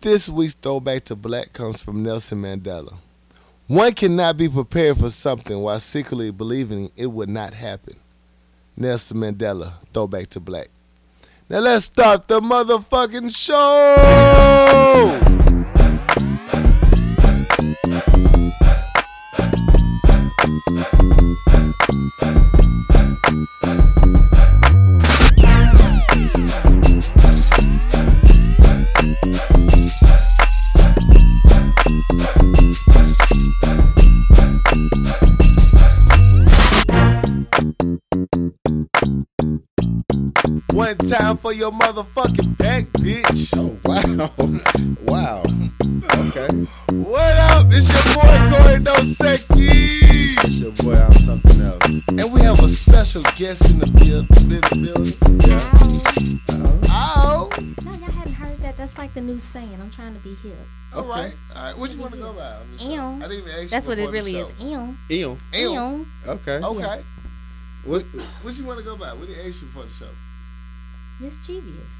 This week's throwback to black comes from Nelson Mandela. One cannot be prepared for something while secretly believing it would not happen. Nelson Mandela, throwback to black. Now let's start the motherfucking show! One time for your motherfucking back, bitch. Oh wow, wow. Okay, What up? It's your boy Corey Dosecki. it's your boy. I'm something else. And we have a special guest in the build- in the building. Yeah. Uh-huh. Oh, No, y'all haven't heard that. That's like the new saying. I'm trying to be hip. all Okay. right. All right. What you want to go by? I'm just- Ew. I didn't even ask you That's what before it the really is. show. Ew. Ew. Ew. Ew. Okay. Okay. Yeah. What? What you want to go by? What did I ask you for the show? Mischievous.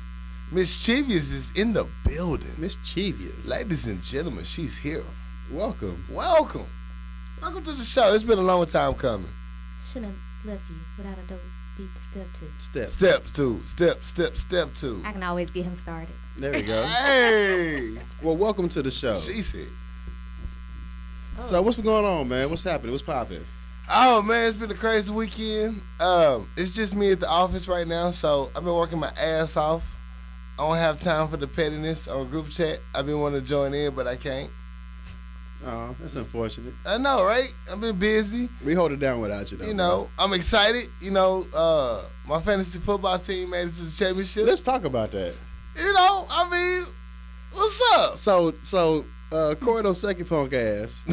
Mischievous is in the building. Mischievous. Ladies and gentlemen, she's here. welcome. Welcome. Welcome to the show. It's been a long time coming. Shouldn't have left you without a dope beat to step to. Step. Step two, step, step, step two. I can always get him started. There we go. Hey, well, welcome to the show. she said. So what's been going on, man? What's happening? What's popping? Oh man, it's been a crazy weekend. Um, it's just me at the office right now, so I've been working my ass off. I don't have time for the pettiness on group chat. I've been wanting to join in, but I can't. Uh, Oh, that's unfortunate. I know, right? I've been busy. We hold it down without you, though. You man. know, I'm excited. You know, uh, my fantasy football team made it to the championship. Let's talk about that. you know, I mean, what's up? So, so. Uh, Corridor second punk ass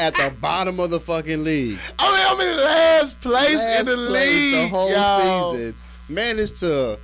at the bottom of the fucking league. I mean, I'm in last place in Last the place league. the whole y'all. season. Managed to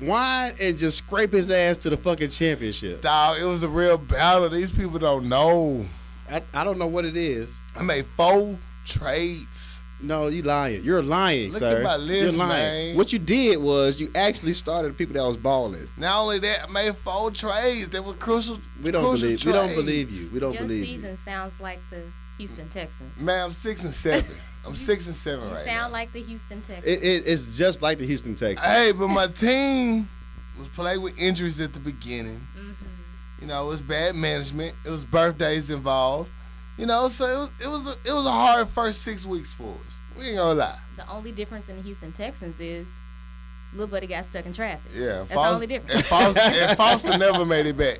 whine and just scrape his ass to the fucking championship. Dog, it was a real battle. These people don't know. I, I don't know what it is. I made four trades. No, you lying. You're lying, Look sir. at my list, You're lying. man. What you did was you actually started people that was balling. Not only that, I made four trades. They were crucial. We don't crucial believe. We don't trades. believe you. We don't Your believe season sounds like the Houston Texans. Man, I'm six and seven. I'm six and seven You right sound now. like the Houston Texans. you. It, it, it's just like the Houston Texans. hey, but my team was plagued with injuries at the beginning. hmm You know, it was bad management. It was birthdays involved. You know, so it was it was a, it was a hard first six weeks for us. We ain't gonna lie. The only difference in the Houston Texans is little buddy got stuck in traffic. Yeah, That's the Fos- only difference. And Foster, and Foster never made it back.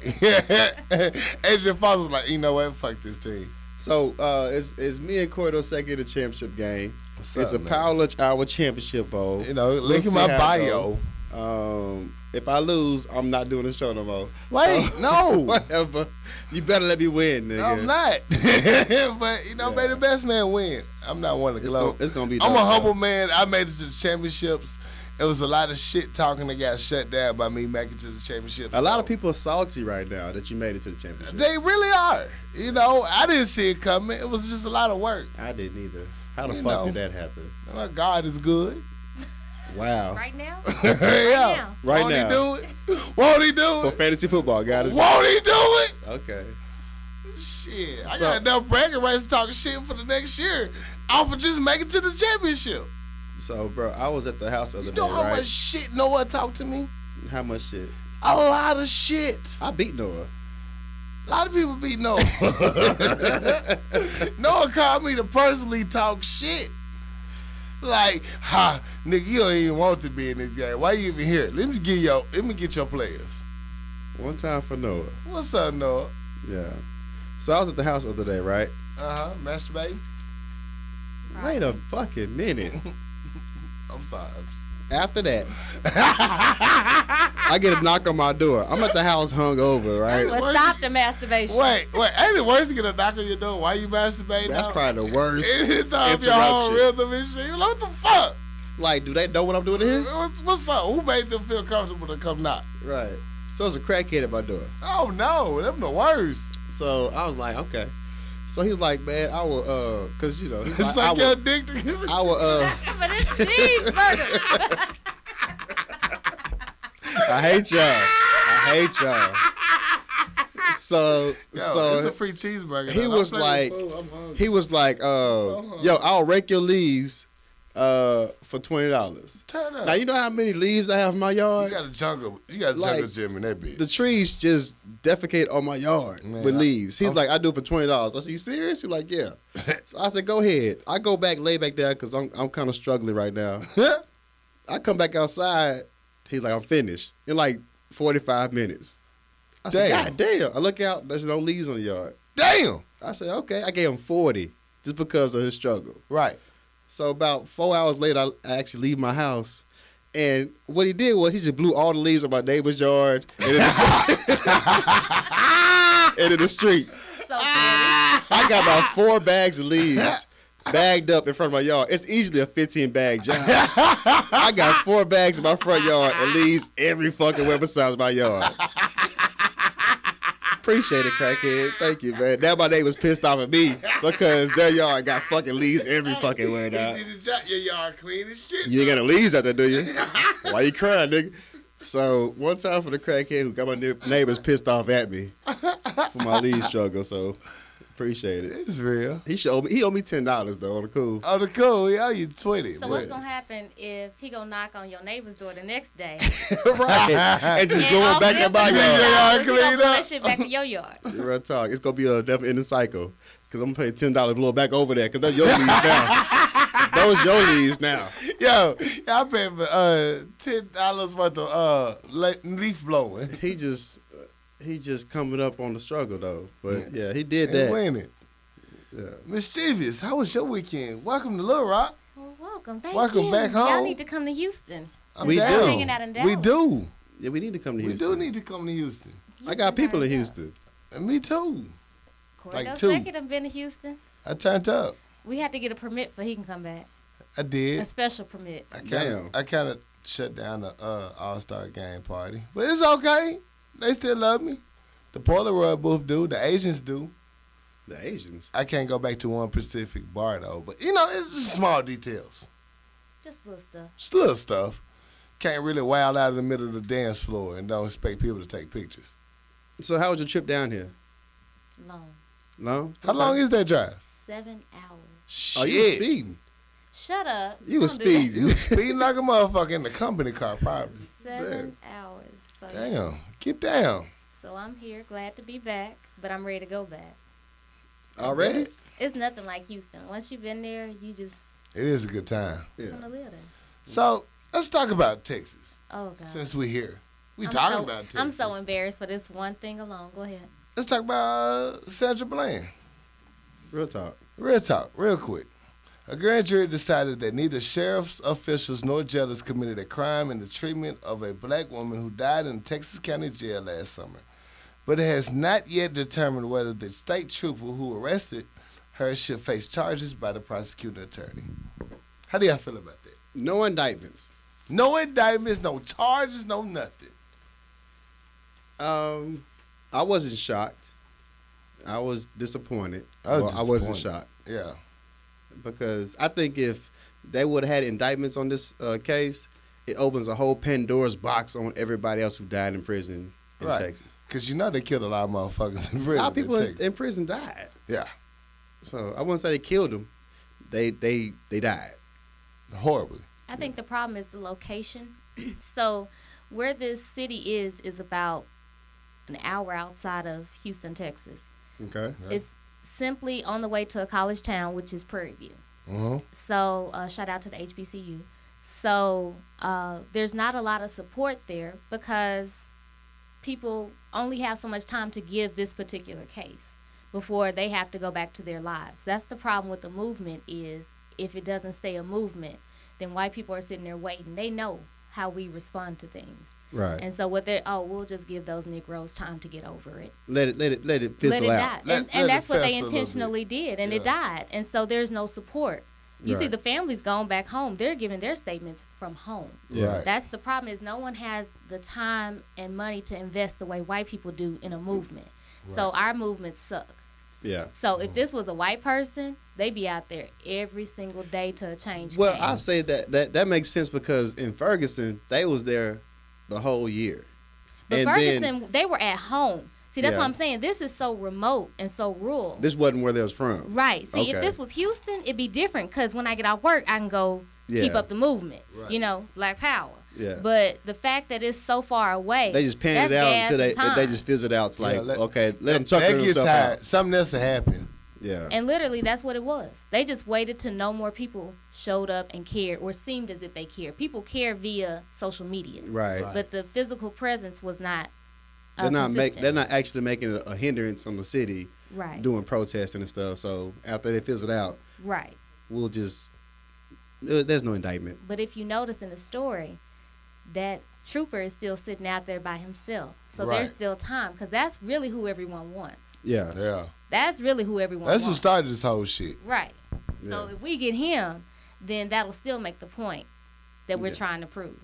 Adrian Foster was like, you know what? Fuck this team. So uh, it's, it's me and Cordo second in the championship game. What's it's up, a man? power lunch hour championship bowl. You know, link in see my how it bio. Um, if I lose, I'm not doing the show no more. Wait, So- no, whatever. You better let me win, nigga. no, I'm not. but you know, Yeah. may the best man win. I'm not one to It's gloat. gonna, it's gonna be. I'm a dope, humble man. I made it to the championships. It was a lot of shit talking that got shut down by me making it to the championships. though. A lot so- of people are salty right now that you made it to the championship. They really are. You know, I didn't see it coming. It was just a lot of work. I didn't either. How the You fuck know. did that happen? Well, God is good. Wow. Right now? yeah. now. Right Won't now. he do it? Won't he do For it? fantasy football, God is Won't he do it? okay. Shit, I So- got enough bragging rights to talk shit for the next year. Off of just making it to the championship. So, bro, I was at the house the other You day, know how right? much shit Noah talked to me? How much shit? A lot of shit. I beat Noah. A lot of people be Noah. Noah called me to personally talk shit. Like, ha, nigga, you don't even want to be in this game. Why you even here? Let me get your let me get your players. One time for Noah. What's up, Noah? Yeah. So I was at the house the other day, right? Uh-huh. Masturbating? Wait a fucking minute. I'm sorry. After that, I get a knock on my door. I'm at the house hungover, right? Where Well, you- stop the masturbation. Wait, wait, ain't it worse to get a knock on your door while you masturbating? That's dog? probably the worst. It's off your whole interruption. Hmm? rhythm and shit. You're Like, what the fuck? Like, do they know what I'm doing here? What's, what's up? Who made them feel comfortable to come knock? Right. So it's a crackhead at my door. Oh no, them the worst. So I was like, okay. So he was like, man, I will, uh, cause you know, he was It's like, I, like your will, dick. To- I will, uh, but it's cheeseburger. I hate y'all. I hate y'all. so Yo, it's a so free cheeseburger. he dog. was I'm like- saying, fool, I'm hungry. he was like, uh, So "Yo, I'll rake your leaves uh, for twenty dollars." turn up. Now you know how many leaves I have in my You yard. got a jungle. You got a Like, jungle gym in that bitch. the trees just defecate on my yard Man, with I- leaves. He's I'm- like, I do it for twenty dollars. I said, You serious? He's like, Yeah. so I said, Go ahead. I go back, lay back down because I'm I'm kind of struggling right now. I come back outside. He's like, I'm finished in like forty five minutes. I Damn. said, God damn! I look out. There's no leaves on the yard. Damn. I said, Okay. I gave him forty just because of his struggle. Right. So about four hours later, I, I actually leave my house. And what he did was he just blew all the leaves on my neighbor's yard and in the, and in the street. So Ah! funny. I got about four bags of leaves bagged up in front of my yard. It's easily a 15 bag job. I got four bags in my front yard and leaves every fucking way besides my yard. Appreciate it, crackhead. Thank you, man. Now my neighbor's pissed off at me because their yard got fucking leaves every fucking way now. You need to drop your yard clean as shit. You ain't got no leaves out there, do you? Why you crying, nigga? So one time for the crackhead who got my ne- neighbors pissed off at me for my leave struggle. So appreciate it. It's real. He showed me. He owed me ten dollars though on the cool. Oh, the cool. Yeah, you 20. So what's gonna happen if he gonna knock on your neighbor's door the next day? Just right. And just going back at my Yeah, yard. yeah. He gonna clean put up. that shit back in your yard. Real talk. It's gonna be a never ending cycle. Cause I'm gonna pay ten dollars blow it back over there. Cause that's your leaves now. Those your leaves now. Yo, I paid for uh, $10 worth of uh, le- leaf blowing. He just uh, he just coming up on the struggle though. But yeah, he did And that. win it. Yeah. Mischievous, how was your weekend? Welcome to Little Rock. Well, welcome, thank Welcome you. back Y'all home. need to come to Houston. I'm We down. do. Hanging out in Dallas. We do. Yeah, we need to come to We Houston. do need to come to Houston. I got people in Houston. And me too. Corey like like two. Second, I've been to Houston. I turned up. We had to get a permit for he can come back. I A did. special permit. I kinda, Damn. I kind of shut down the uh, All Star Game party, but it's okay. They still love me. The Polaroid booth do. The Asians do. The Asians. I can't go back to one Pacific bar though, but you know it's just small details, Just little stuff. just little stuff. Can't really wild out in the middle of the dance floor and don't expect people to take pictures. So how was your trip down here? Long. No. How long is that drive? Oh, Seven hours. Shit. Oh, you was speeding. Shut up. You was Don't do that. speeding. You was speeding like a motherfucker in the company car, probably. Seven hours. So, Damn, get down. so I'm here, glad to be back, but I'm ready to go back. Already? It's nothing like Houston. Once you've been there, you just It is a good time. Yeah. want to live there. So let's talk about Texas Oh God. since we're here. We I'm talking so, about Texas. I'm so embarrassed for this one thing alone. Go ahead. Let's talk about uh, Sandra Bland. Real talk. Real talk, real quick. A grand jury decided that neither sheriff's officials nor jailers committed a crime in the treatment of a black woman who died in Texas County Jail last summer. But it has not yet determined whether the state trooper who arrested her should face charges by the prosecuting attorney. How do y'all feel about that? No indictments. No indictments, no charges, no nothing. Um, I wasn't shocked. I was disappointed. I was Well, I wasn't disappointed. shocked Yeah. because I think if they would have had indictments on this uh, case, it opens a whole Pandora's box on everybody else who died in prison in Right. Texas. Because you know they killed a lot of motherfuckers in prison. A lot of people in in, Texas. in prison died. yeah. So I wouldn't say they killed them. They they they died. Horribly. I think the problem is the location. so, where this city is is about an hour outside of Houston, Texas. Okay. Okay. It's simply on the way to a college town, which is Prairie View. Uh-huh. So, uh, shout out to the HBCU. So, uh, there's not a lot of support there because people only have so much time to give this particular case before they have to go back to their lives. That's the problem with the movement is if it doesn't stay a movement, then white people are sitting there waiting. They know how we respond to things. Right. And so what they oh, we'll just give those Negroes time to get over it. let it let it let it fizzle let it out. die. Let- and let it and that's what they fester a little bit. intentionally did, and it Yeah. died. And so there's no support. You see, Right. the family's gone back home. They're giving their statements from home. Yeah. Right. That's the problem is no one has the time and money to invest the way white people do in a movement. So our movements suck. Yeah. So if this was a white person, they'd be out there every single day to a change. Well, came. I say that that that makes sense because in Ferguson they was there the whole year, but and Ferguson, then they were at home. See, that's Yeah. what I'm saying. This is so remote and so rural. This wasn't where they was from. Right. See, if Okay. this was Houston, it'd be different because when I get off work, I can go Yeah. keep up the movement. Right. You know, Black Power. Yeah. But the fact that it's so far away, They just pan it that's out gas until they and they time. just fizz it out. It's like, Yeah, let- okay, let them tuck That gets themselves tired. out. Something else will happen. Yeah. And literally, that's what it was. They just waited to no more people showed up and cared, or seemed as if they cared. People care via social media, right. Right. but the physical presence was not. Uh, They're not make, consistent. they're not actually making a, a hindrance on the city right. doing protesting and stuff. So after they fizz it out, Right. we'll just there- there's no indictment. But if you notice in the story, that trooper is still sitting out there by himself. So Right. there's still time because that's really who everyone wants. Yeah. Yeah. That's really who everyone That's who wants. started this whole shit. right. So Yeah. if we get him, then that'll still make the point that we're Yeah. trying to prove.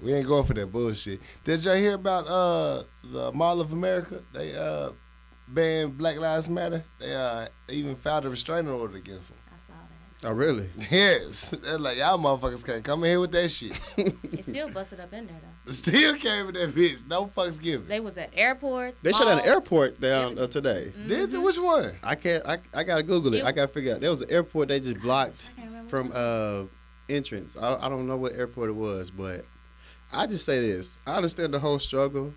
We ain't going for that bullshit. Did y'all hear about uh the Mall of America? They uh banned Black Lives Matter. They uh even filed a restraining order against them. I saw that. Oh really? Yes, they're like y'all motherfuckers can't come in here with that shit. It still busted up in there though. Still came with that bitch. No fucks given. They was at airports. They shut down an malls. airport down uh, today. Did Mm-hmm. they? which one? I can't. I, I gotta Google it. You- I gotta figure out. There was an airport they just blocked I can't remember from uh entrance. I, I don't know what airport it was, but I just say this. I understand the whole struggle,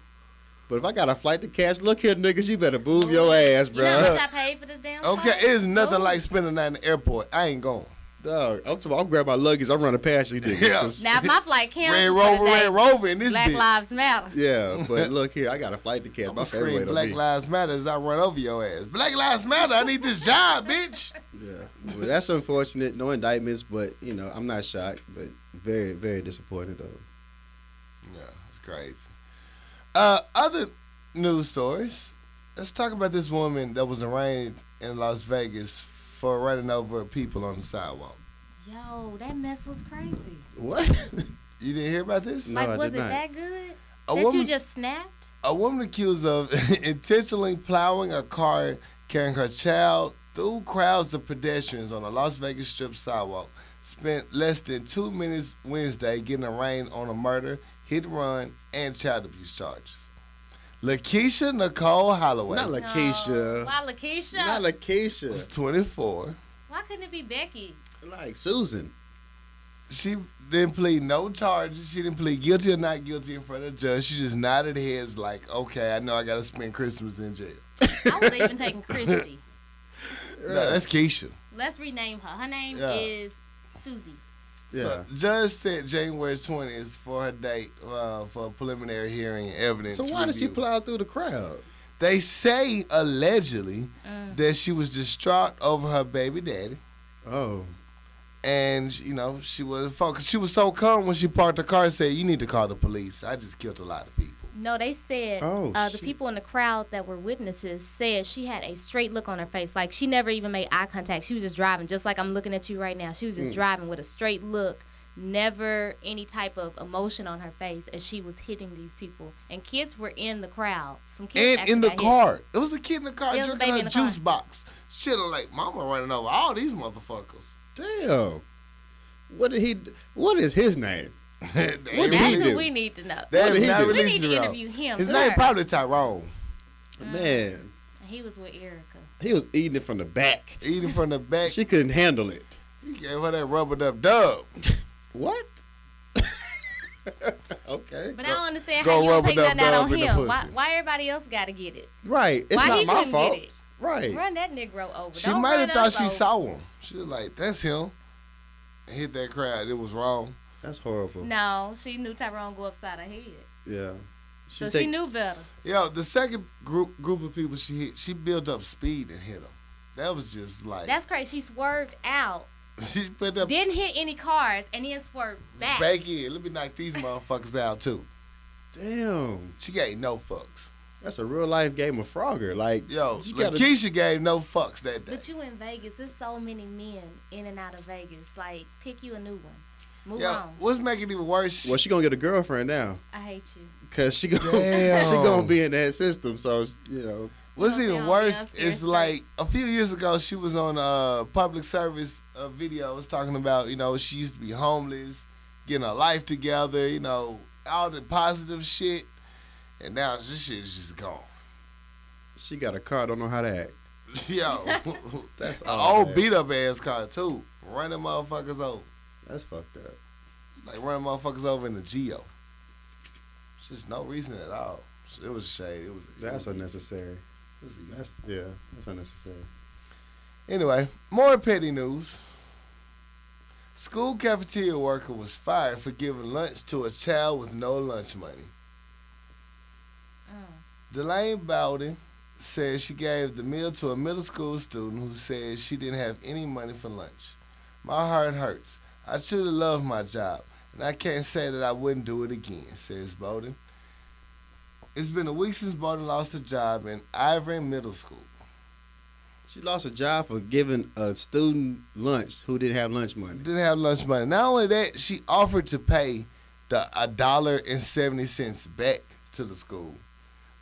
but if I got a flight to catch, look here, niggas, you better move your ass, You know how bro. much I paid for this damn Okay, flight? it's nothing Ooh. like spending night in the airport. I ain't going. Dog, I'm talking. I'm grabbing my luggage. I'm running past you, niggas. Yeah. 'cause- Now if my flight Red canceled Rover, today, Red Rover, in this Black bitch. Lives Matter. yeah. But look here, I got a flight to catch. I'ma My favorite scream way to Black be. Lives Matter as I run over your ass. Black Lives Matter. I need this job, bitch. Yeah, but that's unfortunate. No indictments, but you know, I'm not shocked, but very, very disappointed though. Yeah, it's crazy. Uh, other news stories. Let's talk about this woman that was arraigned in Las Vegas for running over people on the sidewalk. Yo, that mess was crazy. What? You didn't hear about this? No, I like, did was it not. that good? A that woman, you just snapped? a woman accused of intentionally plowing a car carrying her child through crowds of pedestrians on the Las Vegas Strip sidewalk spent less than two minutes Wednesday getting arraigned on a murder, hit and run, and child abuse charges. Lakeisha Nicole Holloway. Not Lakeisha. No. Why Lakeisha? Not was Lakeisha. 24. Why couldn't it be Becky? Like Susan. She didn't plead no charges. She didn't plead guilty or not guilty in front of the judge. She just nodded heads like, okay, I know I got to spend Christmas in jail. I would have even taken Christy. No, that's Keisha. Let's rename her. Her name Yeah. is Susie. Yeah. So, judge said January 20th for her date uh, for a preliminary hearing and evidence. So, why did she review. plow through the crowd? They say allegedly Mm. that she was distraught over her baby daddy. Oh. And you know she was focused. She was so calm when she parked the car. and Said, "You need to call the police. I just killed a lot of people." No, they said Oh, uh, the shit. people in the crowd that were witnesses said she had a straight look on her face. Like she never even made eye contact. She was just driving, just like I'm looking at you right now. She was just Mm. driving with a straight look, never any type of emotion on her face as she was hitting these people. And kids were in the crowd. Some kids and in actually the got hit. car. It was a kid in the car There was a drinking baby her in the juice car. box. Shit, I'm like, mama running over all these motherfuckers. Damn. What did he d- what is his name? They What ain't did he really- That's do? who we need to know. they What have did he not do? we released need to it out. interview him. His sir. name probably Tyrone. Man. He was with Erica. He was eating it from the back. Eating from the back. She couldn't handle it. He gave her that rubber dub dub. What? okay. But I don't understand go how you don't rubber take dub nothing out dub on in the him. pussy. Why, why everybody else got to get it? Right. It's why not he my couldn't fault. get it? Right. Run that Negro over. She Don't might run have thought us she over. saw him. She was like, that's him. Hit that crowd. It was wrong. That's horrible. No, she knew Tyrone go upside her head, Yeah. She so take- she knew better. Yo, the second group group of people she hit, she built up speed and hit them. That was just like That's crazy. She swerved out, she put up didn't hit any cars, and then swerved back. back in. Let me knock these motherfuckers out too. Damn. She gave no fucks. That's a real life game of Frogger. Like Yo, you gotta- Lakeisha gave no fucks that day. But you in Vegas, there's so many men in and out of Vegas. Like, pick you a new one. Move Yo, on. what's making it even worse? Well, she gonna get a girlfriend now, I hate you. cause she gonna Damn. she gonna be in that system. So you know, what's Yo, even down worse downstairs, is sir. like a few years ago she was on a public service uh, video. was talking about you know she used to be homeless, getting her life together, you know all the positive shit, and now this shit is just gone. She got a car, don't know how to act. Yo, That's an all old bad. beat up ass car too. Running motherfuckers over. That's fucked up. It's like running motherfuckers over in the Geo. It's just no reason at all. It was shade. It was. it That's was, unnecessary. That's yeah. That's unnecessary. Anyway, more petty news. School cafeteria worker was fired for giving lunch to a child with no lunch money. Mm. Delane Bowden says she gave the meal to a middle school student who said she didn't have any money for lunch. My heart hurts. I truly love my job, and I can't say that I wouldn't do it again, says Bowden. It's been a week since Bowden lost her job in Ivory Middle School. She lost a job for giving a student lunch who didn't have lunch money. Didn't have lunch money. Not only that, she offered to pay the a dollar and seventy cents back to the school.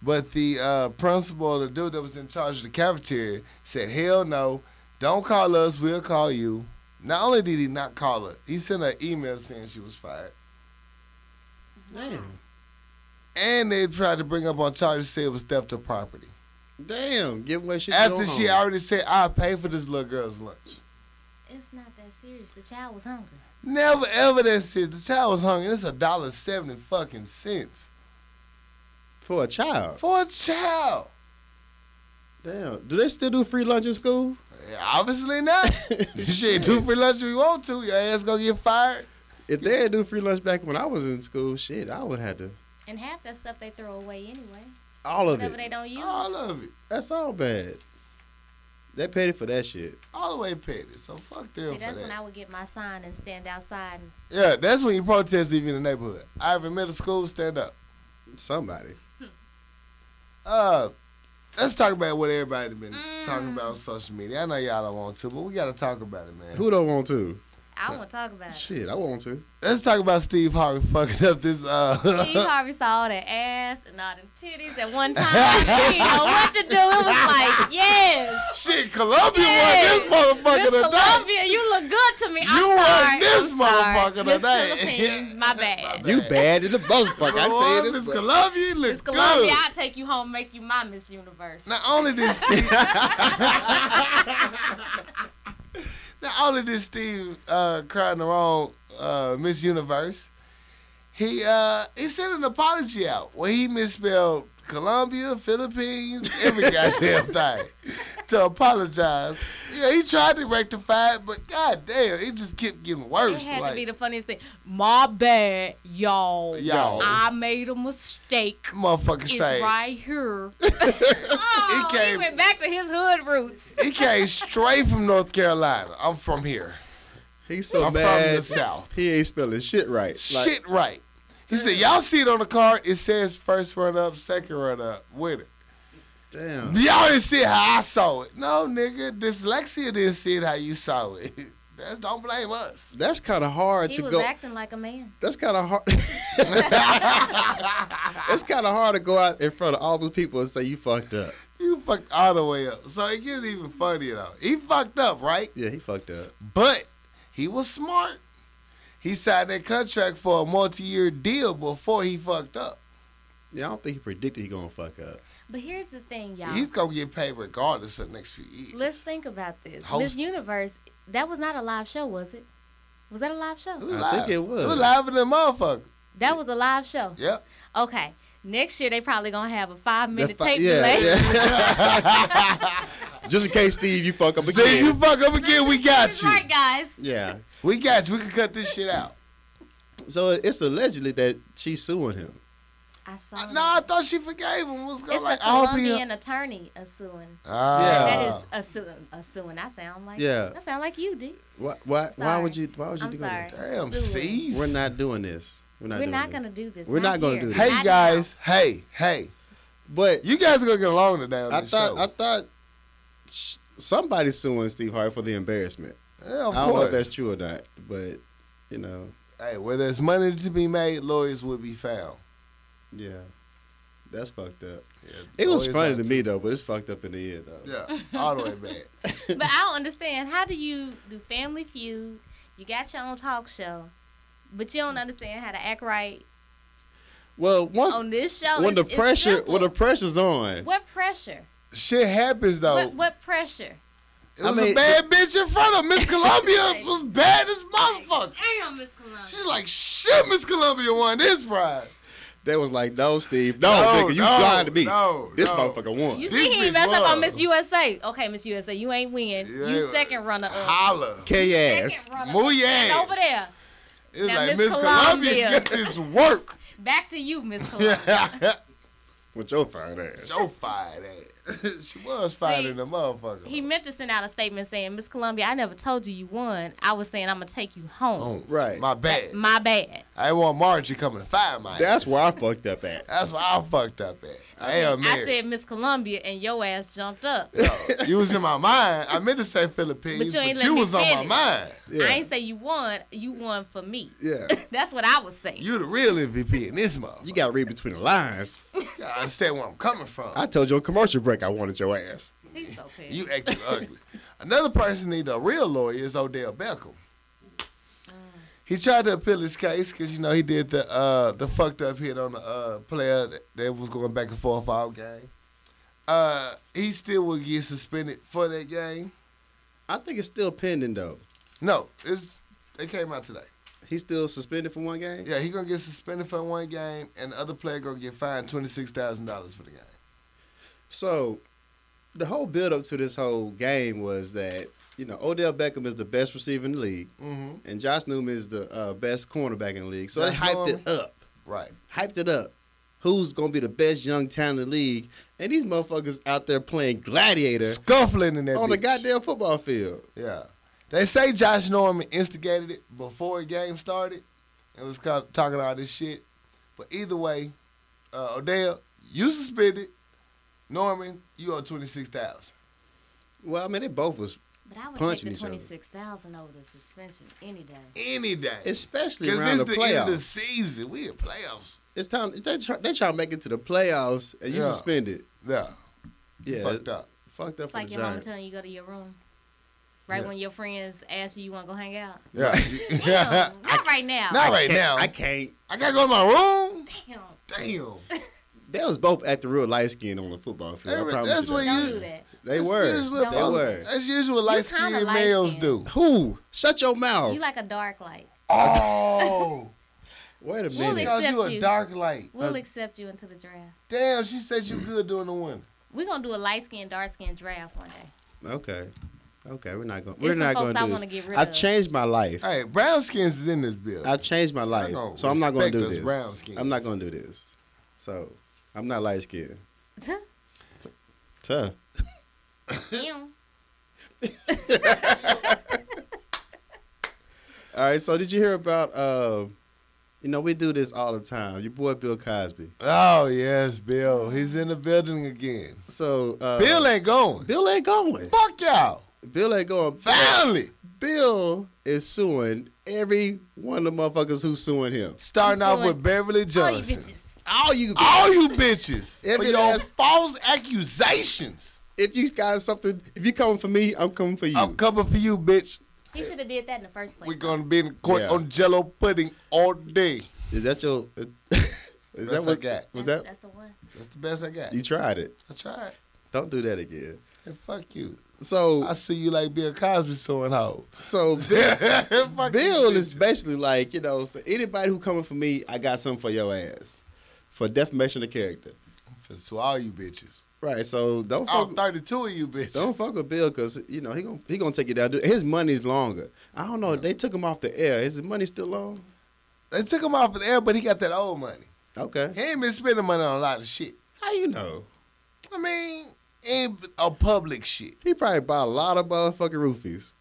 But the uh, principal, the dude that was in charge of the cafeteria, said, "Hell no! Don't call us. We'll call you." Not only did he not call her, he sent her an email saying she was fired. Damn. And they tried to bring up on charges, say it was theft of property. Damn. Give away shit. After she already said, "I pay for this little girl's lunch." It's not that serious. The child was hungry. Never ever that shit. The child was hungry. It's a dollar seventy fucking cents for a child. for a child. Damn. Do they still do free lunch in school? Obviously not. Shit, do free lunch if we want to. Your ass gonna get fired. If they had do free lunch back when I was in school, shit, I would have to. And half that stuff they throw away anyway. All of Whatever it. they Oh, don't use. All of it. That's all bad. They paid it for that shit. All the way petty. So fuck them See, for that's that. when I would get my sign and stand outside. And, yeah, that's when you protest if you're in the neighborhood. Ivory Middle School, stand up. Somebody. Uh, let's talk about what everybody been Mm. talking about on social media. I know y'all don't want to, but we gotta talk about it, man. Who don't want to? I want to talk about it. Shit, I want to. Let's talk about Steve Harvey fucking up this. Steve Uh, Harvey saw all that ass and all them titties at one time. he didn't know what to do. It was like, yes, shit, Columbia won Yes. this motherfucker Miss today. Columbia, you look good to me. I'm You won sorry. this I'm sorry. motherfucker Miss today. Philippines, my bad. You bad in the motherfucker. I tell Boy, you this. Miss Columbia, you look Miss Columbia, good. I'll take you home, make you my Miss Universe. Not only did Steve, not only did Steve uh, cry in the wrong uh, Miss Universe, he uh, he sent an apology out where he misspelled Colombia, Philippines, every goddamn thing to apologize. Yeah, he tried to rectify it, but goddamn, it just kept getting It worse. had like, to be the funniest thing. My bad, y'all. Y'all. I made a mistake. motherfucker It's shade. right here. oh, he, came- went back to his hood roots. He came straight from North Carolina. I'm from here. He's so I'm from the mad. South. He ain't spelling shit right. Like, shit right. He said, y'all see it on the card. It says first run up, second run up, winner. Damn. Y'all didn't see how I saw it. No, nigga, dyslexia didn't see it how you saw it. That's don't blame us. That's kind of hard He to was go. acting like a man. That's kind of hard. it's kind of hard to go out in front of all those people and say you fucked up. You fucked all the way up. So it gets even funnier though. He fucked up, right? Yeah, he fucked up. But he was smart. He signed that contract for a multi-year deal before he fucked up. Yeah, I don't think he predicted he gonna fuck up. But here's the thing, y'all. He's gonna get paid regardless for the next few years. Let's think about this. Host- Miss Universe, that was not a live show, was it? Was that a live It show? was I live. think it was. It was live in the motherfucker. That was a live show. Yep. Okay. Next year they probably gonna have a five minute That fu- tape yeah, delay. yeah. Just in case Steve, you fuck up See, again. you fuck up again, we got That's you. right, guys. yeah. We got you. We can cut this shit out. So uh, it's allegedly that she's suing him. I saw. No, it. I thought she forgave him. What's going Uh-huh. like? it's a I hope he. Colombian attorney suing. Ah. that is assuing. Assuing. I sound like. Yeah. I sound like you, D. Why? Why, why Sorry. would you? Why would you I'm do sorry. that? Damn, Suing. C's. We're not doing this. We're not. We're doing not this. gonna do this. We're not gonna here. do this. Hey Not guys. Hey, hey. But You guys are gonna get along today on I this thought show. I thought sh- somebody's suing Steve Harvey for the embarrassment. yeah, I of don't know if that's course. true or not, but you know, Hey, where there's money to be made, lawyers will be found. yeah, that's fucked up. Yeah, It was lawyers funny out to me though, but it's fucked up in the end though. Yeah, all the way back. now. But I don't understand. How do you do Family Feud? You got your own talk show, but you Mm. don't understand how to act right Well, once on this show. when It's- the Oh, it's pressure simple. when the pressure's on, What pressure? shit happens though. What, what pressure? It I was a mean- bad bitch in front of him. Miss Columbia was bad as motherfucker. Damn, Miss Columbia. She's like, shit, Miss Columbia won this prize. They was like, no, Steve, no, No, nigga, you no, lying to me. no, this no. motherfucker won. You This see bitch him mess up wild. on Miss USA. Okay, Miss USA, you ain't win. You you ain't- second runner up. Holla. K ass. Second runner Move up. your Get ass. over there. It's Now, like, Miss Miss Columbia, Columbia. get this work. Back to you, Miss Columbia. Yeah. With your fine ass. Joe fired at. she was fired See, in the motherfucker. He meant to send out a statement saying, Miss Columbia, I never told you you won. I was saying I'm gonna take you home. Oh, Right. My bad. My bad. I didn't want Margie coming to fire my That's ass. where I fucked up at. That's where I fucked up at. I am I married. said Miss Columbia and your ass jumped up. you was in my mind. I meant to say Philippines, But you but you, ain't let me was on finish. my mind. Yeah. I ain't say you won, you won for me. Yeah. That's what I was saying. You the real MVP in this motherfucker. You gotta read between the lines. You gotta understand where I'm coming from. I told you on commercial break I wanted your ass. He's so petty. You acting ugly. Another person need a real lawyer is Odell Beckham. He tried to appeal his case because you know he did the uh, the fucked up hit on the uh, player that, that was going back and forth all game. Uh, he still will get suspended for that game. I think it's still pending though. No, it's they came out today. He's still suspended for one game? Yeah, he gonna get suspended for one game, and the other player gonna get fined twenty six thousand dollars for the game. So the whole build up to this whole game was that, you know, Odell Beckham is the best receiver in the league Mm-hmm. and Josh Newman is the uh, best cornerback in the league. So they Josh hyped Norman. it up. Right. Hyped it up. Who's gonna be the best young talent in the league? And these motherfuckers out there playing gladiator Scuffling in that on the bitch. goddamn football field. Yeah. They say Josh Norman instigated it before the game started and was kind of talking all this shit. But either way, uh, Odell, you suspended. Norman, you owe 26000 Well, I mean, they both was, But I would punching take each the other. twenty six thousand over the suspension any day. Any day. especially Because around it's the, the, end of the playoffs. season. We in playoffs. It's time they try, they try to make it to the playoffs, and you Yeah. suspended. Yeah. Yeah, Fucked up. Fucked up It's for like the your mom Giants. telling you go to your room. Right Yeah. when your friends ask you you want to go hang out. Yeah. Damn, not right now. Not right Can't- now. I can't. I got to go to my room. Damn, Damn. They was both acting real light skinned on the football field. I Every- promise that's you what that. don't you- do that. they That's were. usually They what- were. That's usually what light kinda skinned males do. light-skinned. Who? Shut your mouth. You like a dark light. Oh. Wait a she Really? minute. calls you a you. dark light. We'll Uh, accept you into the draft. Damn, she said you good doing the winter. We're gonna do a light skin, dark skin draft one day. Okay. Okay, we're not going. We're some not folks going to I do this. wanna get rid I've of. changed my life. Hey, brown skins is in this bill. I've changed my life, gonna so I'm not going to respect do us this. brown skins. I'm not going to do this. So I'm not light skinned. Tough. Damn. All right. So did you hear about? Uh, you know, we do this all the time. Your boy Bill Cosby. Oh yes, Bill. He's in the building again. So uh, Bill ain't going. Bill ain't going. Fuck y'all. Bill ain't going. Finally. Bill is suing every one of the motherfuckers who's suing him. Starting He's off doing- with Beverly All you Johnson. bitches. All you, All you bitches. If for it your has- false accusations. if you got something, if you coming for me, I'm coming for you. I'm coming for you, bitch. He should have did that in the first place. We're gonna be in court Yeah. on jello pudding all day. is that your? Is that That's what? okay. Was that? That's- That's the one. That's the best I got. You tried it. I tried. Don't do that again. And fuck you. So I see you like Bill Cosby sewing hoes. so Bill, Fuck Bill you, is bitch. basically like you know. So anybody who coming for me, I got something for your ass for defamation of character. to all you bitches. Right. So don't All fuck. 32 of you bitches. Don't fuck with Bill because you know he gonna he gonna take you down. His money's longer. I don't know. They took him off the air. Is his money still on? They took him off of the air, but he got that old money. He Okay. ain't been spending money on a lot of shit. How you know? I mean, ain't a public shit. He probably bought a lot of motherfucking roofies.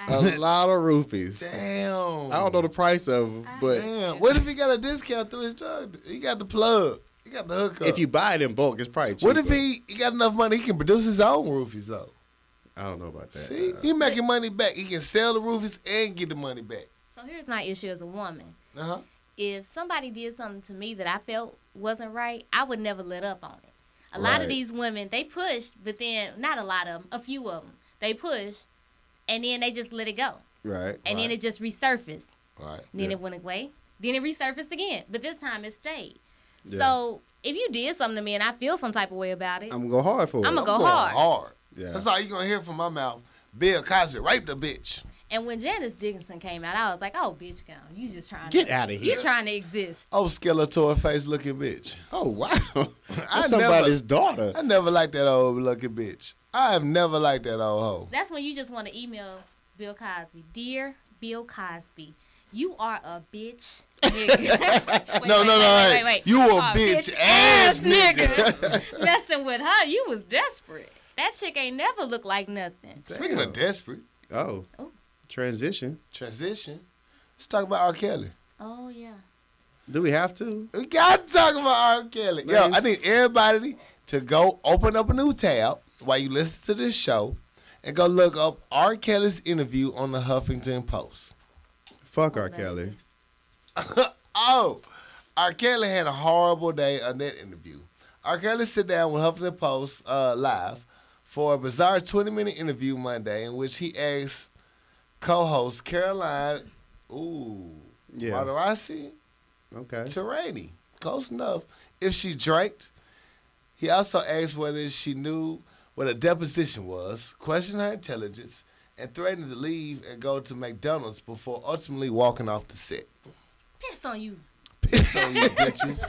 I, A lot of roofies. Damn. Ah. I don't know the price of them, but Damn. What if he got a discount through his drug? He got the plug. He got the hookup. if you buy it in bulk, it's probably cheaper. what if he, he got enough money? He can produce his own roofies though. I don't know about that. See, Uh, he making money back. He can sell the roofies and get the money back. so here's my issue as a woman. Uh Uh-huh. huh. If somebody did something to me that I felt wasn't right, I would never let up on it. A lot Right. of these women, they pushed, but then not a lot of them, a few of them, they pushed, and then they just let it go, right. and then right. it just resurfaced. All right. Then Yeah. it went away. Then it resurfaced again, but this time it stayed. Yeah. So if you did something to me and I feel some type of way about it, I'm gonna go hard for it. I'ma I'm go going hard. Yeah. That's all you're going to hear from my mouth. Bill Cosby raped a bitch. and when Janice Dickinson came out, I was like, "Oh, bitch, gone. You just trying Get to, outta You here. trying to exist." Oh, Skeletor face looking bitch. Oh wow, I that's somebody's daughter. I never liked that old looking bitch. I have never liked that old hoe. That's when you just want to email Bill Cosby, dear Bill Cosby. You are a bitch. nigga." Wait, no, wait, no, no, hey, wait, wait, wait. You a are bitch, ass, nigga. Messing with her, you was desperate. That chick ain't never looked like nothing. Speaking of desperate, Oh, Oh. transition. transition. Let's talk about R. Kelly. Oh yeah. Do we have to? We got to talk about R. Kelly. Yo, Man. I need everybody to go open up a new tab while you listen to this show and go look up R. Kelly's interview on the Huffington Post. Fuck R. Maybe. Kelly. Oh, R. Kelly had a horrible day on that interview. R. Kelly sit down with Huffington Post uh, live for a bizarre 20 minute interview Monday in which he asked co host Caroline, ooh, Yeah. yeah. Materassi? Okay. Terani. Close enough. If she drank, he also asked whether she knew what a deposition was, questioned her intelligence, and threatened to leave and go to McDonald's before ultimately walking off the set. Piss on you. Piss on you, bitches.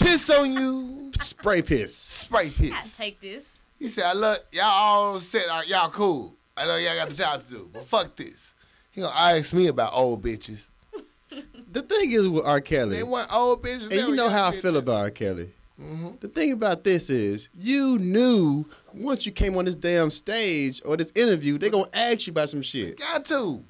Piss on you. Spray piss. Spray I piss. take this. He said, I love y'all all set out, y'all cool. I know y'all got the job to do, but fuck this. He gonna ask me about old bitches. The thing is with R. Kelly, They and want old bitches. they you want know young how I feel bitches. about R. Kelly. Mm-hmm. The thing about this is, you knew once you came on this damn stage or this interview, they gonna ask you about some shit. Got to.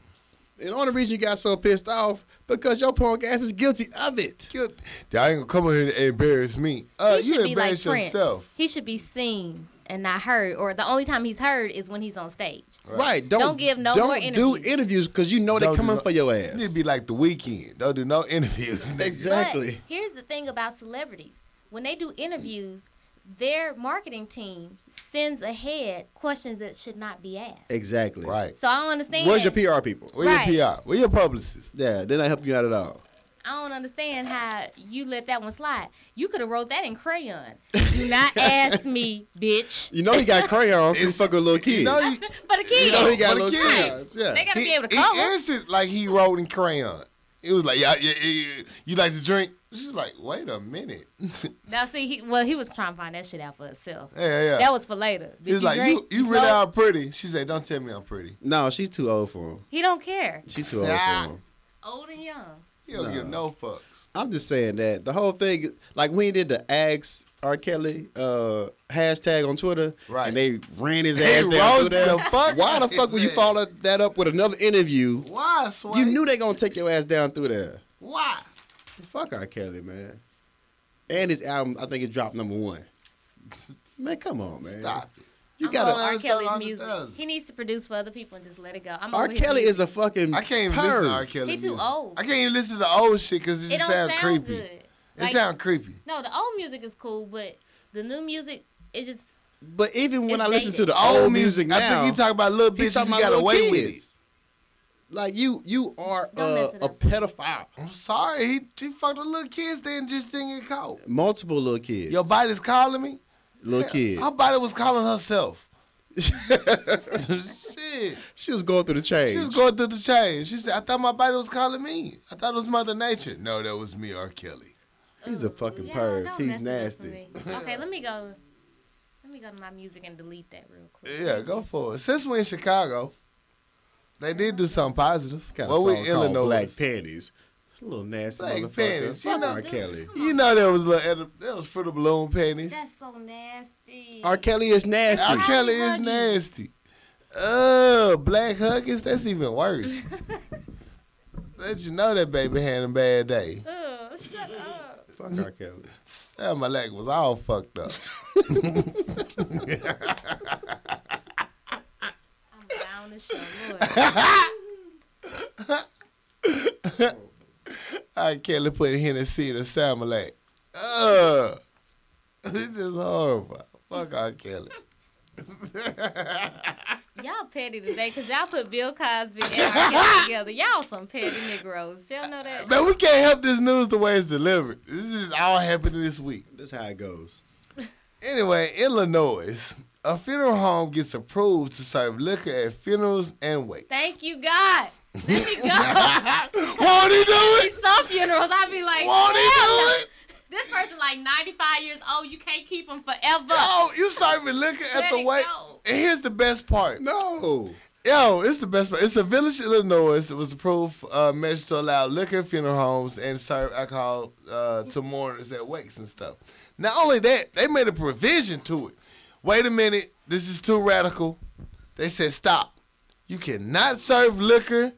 And the only reason you got so pissed off because your punk ass is guilty of it. Y'all ain't gonna come over here and embarrass me. Uh, he you should be like embarrass Prince. yourself. He should be seen and not heard, or the only time he's heard is when he's on stage. Right? Don't, Don't give no don't more interviews. do interviews because you know they Don't do coming no- for your You need to ass. be like the weekend. Don't do no interviews. nigga. Exactly. But here's the thing about celebrities: when they do interviews, their marketing team sends ahead questions that should not be asked. Exactly. Right. So I don't understand. Where's your PR people? Where Right. your PR? Where your publicist? Yeah, they're not helping you out at all. I don't understand how you let that one slide. You could have wrote that in crayon. Do not ask me, bitch. You know he got crayons. He's It's- fucking little kids. You know, he, For the kids, You know he got For the little kids. crayons. they Yeah. gotta be he- able to he color. answered like he wrote in crayon. It was like, yeah, yeah, yeah, yeah. you like to drink? She's like, wait a minute. yeah, Now see, he, well, he was trying to find that shit out for himself. yeah. That was for later. Did He's like, drink? you, you really smoke? are pretty. She said, don't tell me I'm pretty. No, she's too old for him. He don't care. She's too old for Ah. him. Old and young. He don't Nah. give no fucks. I'm just saying that the whole thing, like when he did the Axe R. Kelly uh, hashtag on Twitter, Right. And they ran his They ass down through roasted that. the fuck Why out the his fuck would you ass. follow that up with another interview? Why, Sway? You knew they gonna take your ass down through there. Why? Fuck R. Kelly, man. And his album, I think it dropped number one. Man, come on, man. Stop it. You I'm gotta. all R. That's Kelly's all he music. does. He needs to produce for other people and just let it go. I'm R. over here Kelly with is a fucking. I can't even listen to perv. R. Kelly. He too music. old. I can't even listen to old shit because it it just don't sound sounds creepy. good. It Like, sound creepy. no, the old music is cool, but the new music is just But even when It's I listen to dated. the old music now, I think he talking about little He's bitches. talking He about got little away with it. kids. like you, you are Don't uh, mess it a up. pedophile. I'm sorry. He, he fucked with little kids. Then just didn't get caught. Multiple little kids, Your body's calling me. little Yeah, kids. Her body was calling herself. Shit. She was going through the change. She was going through the chain. She said, "I thought my body was calling me. I thought it was Mother Nature. No, that was me, R. Kelly." He's a Ooh, fucking oh, yeah, perv. don't He's mess it up for nasty. me. Okay, let me go. Let me go to my music and delete that real quick. Yeah, go for it. Since we're in Chicago, they did do something positive. Got a well, we song in called Illinois. Black panties. Little nasty Black motherfucker. panties, you Fuck know- R. Kelly. You know that was little, that was for the balloon panties. That's so nasty. R. Kelly is nasty. R. Kelly is Huggies. nasty. Uh, black huggies, that's even worse. Let you know that baby had a bad day. Ugh, shut up. Fuck R. Kelly. Sam, my leg was all fucked up. I'm down to show. Lord. R. Kelly put Hennessy in a Samilac. Ugh. This is horrible. Fuck R. Kelly. Y'all petty today because y'all put Bill Cosby and R. Kelly together. Y'all some petty Negroes. Y'all know that? Man, we can't help this news the way it's delivered. This is all happening this week. That's how it goes. Anyway, in Illinois, a funeral home gets approved to serve liquor at funerals and wakes. Thank you, God. Let me go. Won't he do See, it? some funerals, I'd be like, Won't he do "Hell no." it? This person like 95 years old. You can't keep him forever. Yo, you serving liquor at Let the it wake. go. And here's the best part. No. Yo, it's the best part. It's a village in Illinois that was approved uh, measures to allow liquor at funeral homes and serve alcohol uh, to mourners at wakes and stuff. Not only that, they made a provision to it. Wait a minute, this is too radical. They said stop. You cannot serve liquor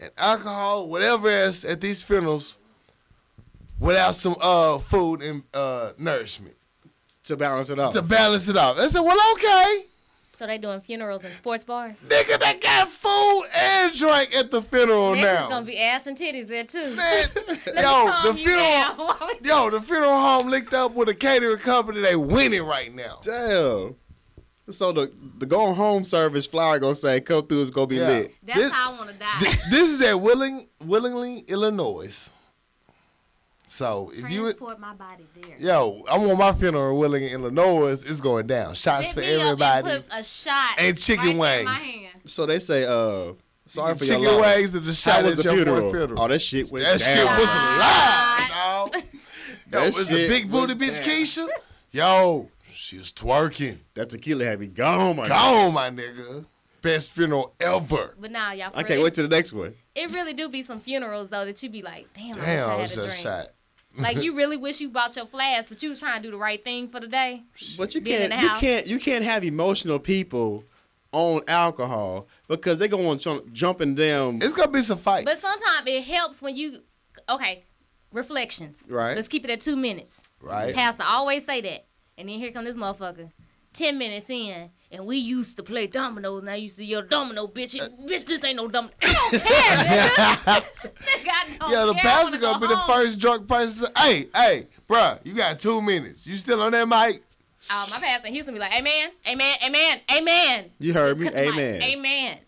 and alcohol, whatever else, at these funerals without some uh, food and uh, nourishment To balance it out. to balance it out. They said, well, okay. So they doing funerals and sports bars. Nigga, they got food and drink at the funeral Niggas now. gonna be ass and titties there too. Man, Let me yo, calm the you funeral, down. yo, the funeral home linked up with a catering company. They winning right now. Damn. So the the going home service flyer gonna say come through is gonna be Yeah. lit. That's This- how I want to die. Th- this is at Willing, Willingly, Illinois. So if you, Transport my body there. yo, I want my funeral in Willing, Illinois. It's going down. Shots Hit for me up everybody. and put a shot And chicken right there in my wings. hand. So they say uh sorry for Chicken your loss. wings and the How shot was at the your boy funeral? funeral. Oh, that shit went That down. shit was Shots. live, dog. Yo, That it's a shit big booty was bitch, Keisha. down. Yo, she's twerking. That tequila had me gone, my God. Gone, my nigga. Best funeral ever. But now I y'all. for can't real, wait to the next one. It really do be some funerals though that you be like, damn, Damn, I I wish was I had a just drink. shot. Like you really wish you bought your flask, but you was trying to do the right thing for the day. But you Being in can't the you house. can't you can't have emotional people on alcohol because they're gonna want to jump in them It's gonna be some fight. But sometimes it helps when you, okay, reflections. Right. Let's keep it at two minutes. Right. Pastor always say that, and then here come this motherfucker. Ten minutes in, and we used to play dominoes. Now you see your domino, bitch. You- bitch, this ain't no domino. I don't care. nigga. Nigga, I don't yeah, the care. I pastor wanna gonna be go the home. first drunk person. to- Hey, hey, bruh, you got two minutes. You still on that mic? Uh, my pastor in Houston be like, Amen, Amen, Amen, Amen. You heard me? Cut the mic. Amen. Amen.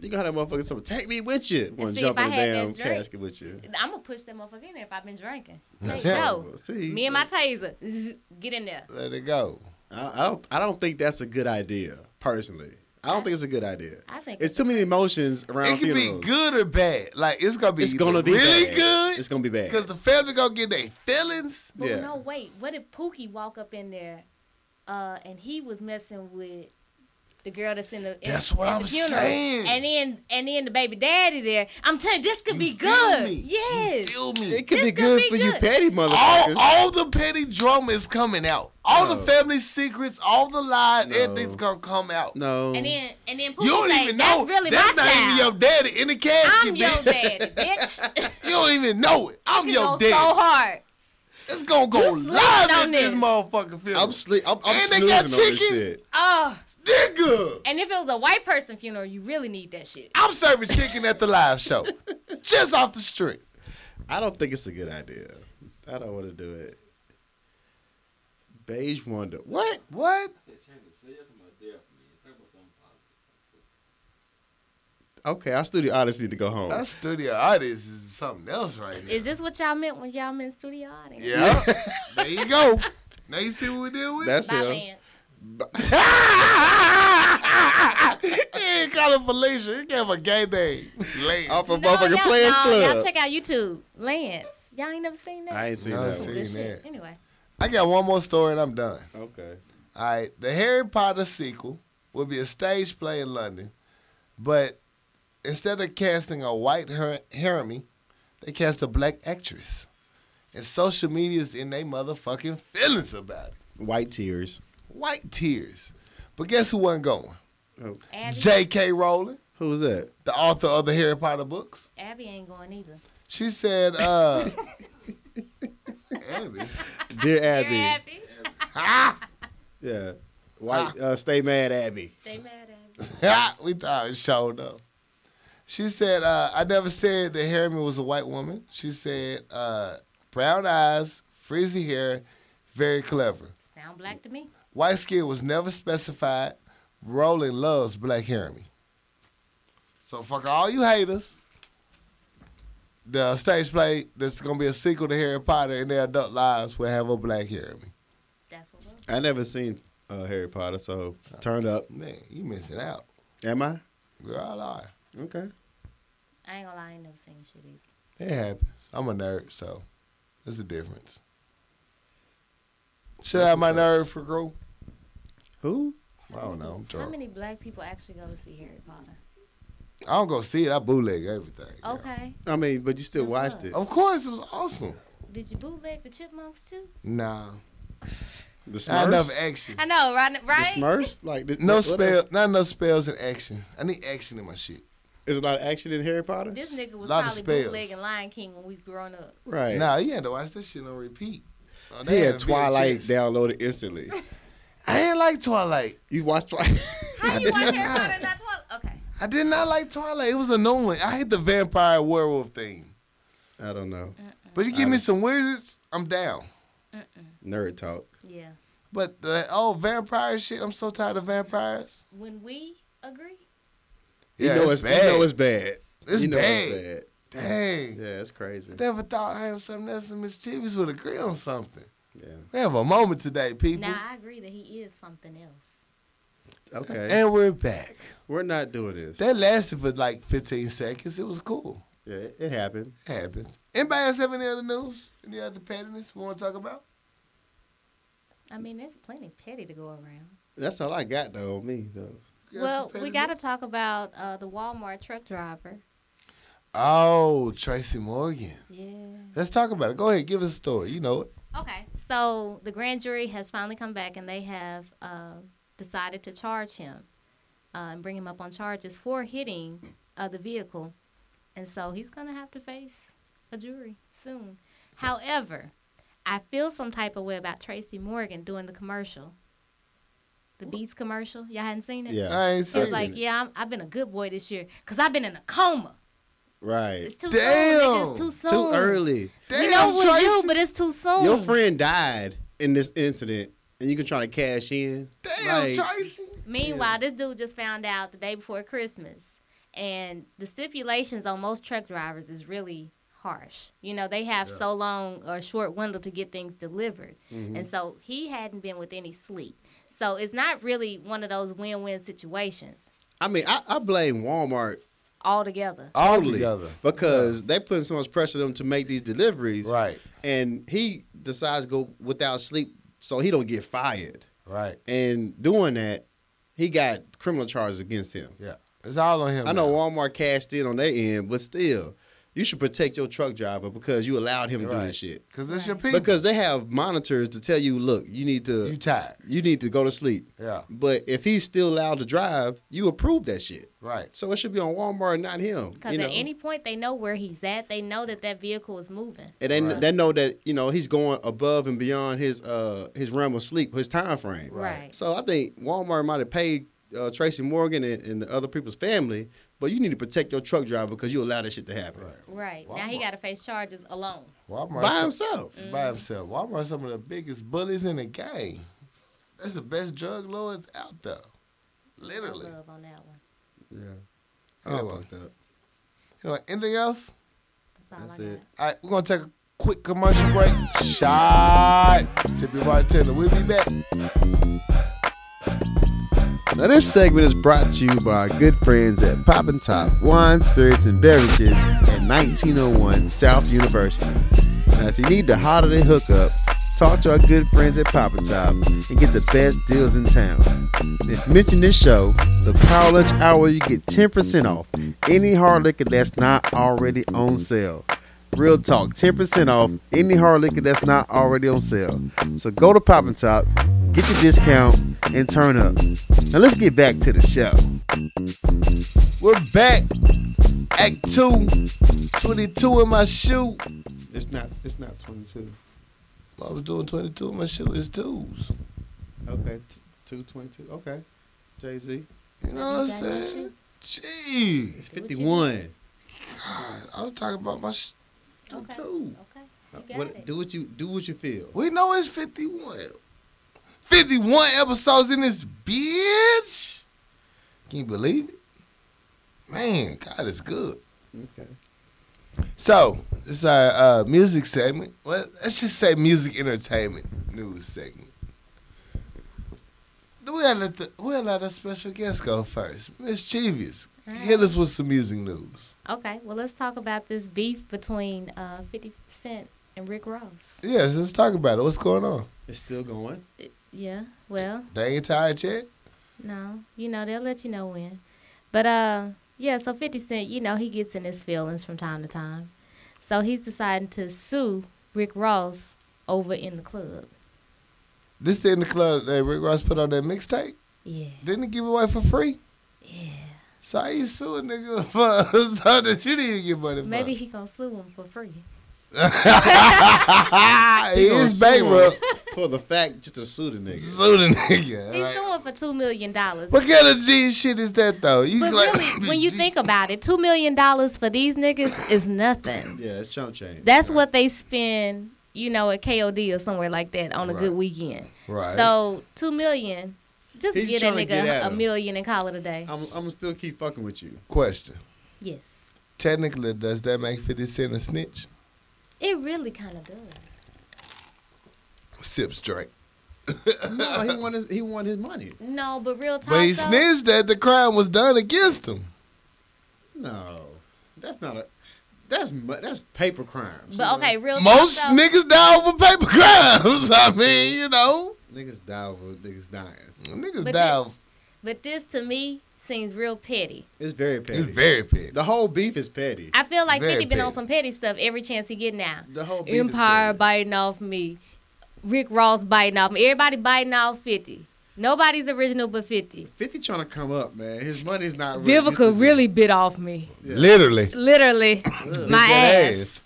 You got that motherfucker something. Take me with you. Want see, to jump if in the I had that damn drink- casket with you. I'm gonna push that motherfucker in there if I've been drinking. There you Yeah. go. See, Me and my taser, zzz, get in there. Let it go. I, I don't. I don't think that's a good idea. Personally, I don't think it's a good idea. I think it's too many emotions around. It could be funerals. good or bad. Like it's gonna be It's either gonna be really bad. good. It's gonna be bad. because the family gonna get their feelings. But Yeah. no, wait. What if Pookie walk up in there, uh, and he was messing with the girl that's in the in, That's what in I'm the funeral, saying. and then and then the baby daddy there. I'm telling you, this could be You feel good. me? Yes. Feel It me? could This be could good be for you, good. petty All, motherfuckers. all the petty drama is coming out. All No. the family secrets, all the lies, No. everything's gonna come out. no. and then and then Pookie You don't say, even "That's know. really That's my not child. even your daddy in the casket, I'm your bitch. daddy, bitch." You don't even know it. I'm You your go so daddy. hard. It's gonna go You live slept at on this this. motherfucking film. I'm sleep. I'm, I'm And they snoozing got on this chicken? shit. Oh, Nigga, and if it was a white person funeral, you really need that shit. I'm serving chicken at the live show, just off the street. I don't think it's a good idea. I don't want to do it. Beige wonder. What? What? Okay, our studio artists need to go home. That studio audience is something else right now. Is this what y'all meant when y'all meant studio audience? yeah. there you go. Now you see what we deal with. That's By him. Lance. he ain't call him Felicia. He gave him a gay name. Lance. Off of No, motherfucking y'all- Players no, Y'all Club. check out YouTube. Lance. Y'all ain't never seen that? I ain't seen No, that. see. one. Good seen shit. that. Anyway. I got one more story and I'm done. Okay. All right, the Harry Potter sequel will be a stage play in London, but instead of casting a white her- Hermione, they cast a black actress, and social media's in they motherfucking feelings about it. White tears. White tears, but guess who wasn't going? Oh, Abby, J.K. Rowling, who was that? the author of the Harry Potter books, Abby ain't going either. she said, uh, Abby, Dear Dear Abby. Abby. Yeah. White. Uh, stay mad, Abby. Stay mad at me. we thought it showed up. She said, uh, I never said that Harriman was a white woman. She said, uh, brown eyes, frizzy hair, very clever. Sound black to me. White skin was never specified. Roland loves Black Jeremy. So fuck all you haters. The stage play that's gonna be a sequel to Harry Potter in their adult lives will have a Black Jeremy. That's what. Love. I never seen uh, Harry Potter, so turn up. Man, you missing out. Am I? Girl, I lie. Okay. I ain't gonna lie. I ain't never seen shit either. It happens. I'm a nerd, so there's a difference. Should I have my nerd for girl? Who? I don't know. I'm How drunk. many black people actually go to see Harry Potter? I don't go see it. I bootleg everything. girl. Okay. I mean, but you still Good watched luck. it. Of course, it was awesome. Did you bootleg the chipmunks too? Nah, The Smurfs. not enough action. I know, right? the Right? Smurfs. Like the, No what- what spell, not enough spells and action. I need action in my shit. Is a lot of action in Harry Potter? This nigga was Lot of probably spells. bootlegging Lion King when we was growing up. Right. Nah, you had to watch that shit on repeat. Oh, he they had a Twilight VHS. downloaded instantly. I didn't like Twilight. You watched Twilight. How you watch Harry Potter and not twelve? Okay. I did not like Twilight. It was annoying. I hate the vampire werewolf thing. I don't know. But you give me some wizards, I'm down. Mm. Nerd talk. Yeah. But the oh vampire shit, I'm so tired of vampires. When we agree, You Yeah, know it's it's, bad. You know it's bad. It's you know bad. It's Dang. bad. Yeah, it's crazy. I never thought I am something else and mischievous would agree on something. Yeah. We have a moment today, people. now I agree that he is something else. Okay. And we're back. We're not doing this. That lasted for like 15 seconds. It was cool. yeah, it, it happened. It happens. Anybody else have any other news? Any other pettiness we want to talk about? I mean, there's plenty petty to go around. That's all I got though. on Me though. You got well, some we pettiness? got to talk about uh, the Walmart truck driver. Oh, Tracy Morgan. Yeah. Let's talk about it. Go ahead, give us a story. You know it. Okay, so the grand jury has finally come back and they have uh, decided to charge him uh, and bring him up on charges for hitting uh, the vehicle. And so he's going to have to face a jury soon. However, I feel some type of way about Tracy Morgan doing the commercial, the Beats commercial. Y'all hadn't seen it? Yeah. I ain't He seen was it. like, Yeah, I'm, I've been a good boy this year because I've been in a coma. Right. It's too Damn. soon. Nigga. It's Oh. too soon. Too early. Damn, we know it was Tracy. you, but it's too soon. Your friend died in this incident, and you can try to cash in. Damn, Like, Tracy. Meanwhile, this dude just found out the day before Christmas, and the stipulations on most truck drivers is really harsh. You know, they have so long or short window to get things delivered, and Mm-hmm. so he hadn't been with any sleep. So it's not really one of those win-win situations I mean, I, I blame Walmart altogether. All totally together. because they putting so much pressure on them to make these deliveries. Right, And he decides to go without sleep so he don't get fired. right. And doing that, he got criminal charges against him. Yeah. It's all on him. I know now. Walmart cashed in on their end, but still, you should protect your truck driver because you allowed him to do Right. this shit. Cause it's your Right. people. Because they have monitors to tell you, look, you need to you you, tired. need to go to sleep. Yeah. But if he's still allowed to drive, you approve that shit. Right. So it should be on Walmart, not him. Because you know? at any point they know where he's at. They know that that vehicle is moving. and they, Right. they know that you know he's going above and beyond his uh his realm of sleep, his time frame. Right. So I think Walmart might have paid uh, Tracy Morgan and, and the other people's family, but you need to protect your truck driver because you allow that shit to happen Right. Right now he Walmart. got to face charges alone. Walmart by himself. by himself. Walmart some of the biggest bullies in the game. That's the best drug lords out there. I Literally. love on that one. Mm-hmm. Yeah. Anyway. fucked up. You know, anything else? That's all That's I got. it. All right, we're gonna take a quick commercial break. Shot. Tippy bartender. We'll be back. Now, this segment is brought to you by our good friends at Pop and Top Wine, Spirits, and Beverages at 1901 South University. Now, if you need the holiday hookup, talk to our good friends at Pop and Top and get the best deals in town. And If you mention this show, the Power Lunch Hour, you get 10% off any hard liquor that's not already on sale. Real talk, 10% off any hard liquor that's not already on sale. So go to Pop and Top, get your discount, and turn up. Now let's get back to the show. We're back. Act two. 22 in my shoe. It's not. It's not 22. I was doing 22 in my shoe. It's twos. Okay, t- two 22. Okay, Jay Z. You know what I'm Have you got your saying? Jeez. It's What you 51. I was talking about my sh- Okay. two. Okay. You got What, it. do what you do. What you feel. We know it's 51. 51 episodes in this bitch. Can you believe it? Man, God is good. Okay. So this is our uh, music segment. Well, let's just say music entertainment news segment. Do we let the, we let our special guest go first, Miss Cheevious? Hit us with some music news. Okay, well, let's talk about this beef between uh, 50 Cent and Rick Ross. Yes, let's talk about it. What's going on? It's still going. Yeah, well, They ain't tired yet. no, you know, they'll let you know when. But uh, yeah, so 50 Cent, you know, he gets in his feelings from time to time. So he's deciding to sue Rick Ross over in the club. This thing in the club that Rick Ross put on that mixtape. Yeah, Didn't he give it away for free? yeah. So how you sue a nigga for something that you didn't get money for? Maybe he gonna sue him for free. Ah, he gonna is sue him bankrupt. For the fact, just to sue the nigga. Sue the nigga. He's like- suing for two million dollars. What kind of G shit is that though? You But like- really, when you think about it, two million dollars for these niggas is nothing. Yeah, it's chump change. That's what they spend, you know, at KOD or somewhere like that on a good weekend. right? So two million, just He's get a trying to nigga get at a him. million and call it a day. I'm, I'm gonna still keep fucking with you. Question: yes, Technically, does that make Fifty Cent a snitch? it really kind of does. Sips drink. No, he won. His, he won his money. No, but real talk. But he though, snitched that the crime was done against him. No, that's not a. That's mu- that's paper crimes. But okay, real Most talk. though, niggas die over paper crimes. I mean, you know, niggas die over niggas dying. niggas But die. thi- Over. But this to me seems real petty. It's very petty. It's very petty. the whole beef is petty. I feel like Very Fifty been on petty. some petty stuff every chance he get now. The whole beef Empire Is petty. biting off me. Rick Ross biting off me. Everybody biting off 50. Nobody's original but 50. Fifty trying to come up, man. His money's not. Really used to Vivica be- really bit off me. Yeah. Literally, Literally. Ugh, My That ass.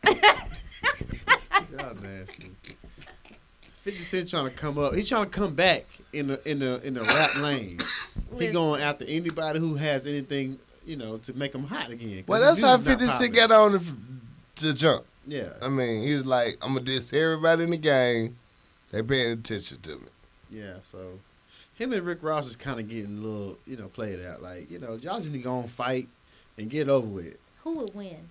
y'all nasty. Fifty Cent trying to come up. He's trying to come back in the in the in the rap lane. He Listen. going after anybody who has anything, you know, to make him hot again. 'cause Well, that's his how music's not Fifty Cent popular. got on the, to jump. Yeah, I mean, he was like, "I'm gonna diss everybody in the game. They paying attention to me." yeah. So him and Rick Ross is kind of getting a little, you know, played out. Like, you know, y'all just need to go and fight and get over with. Who would win?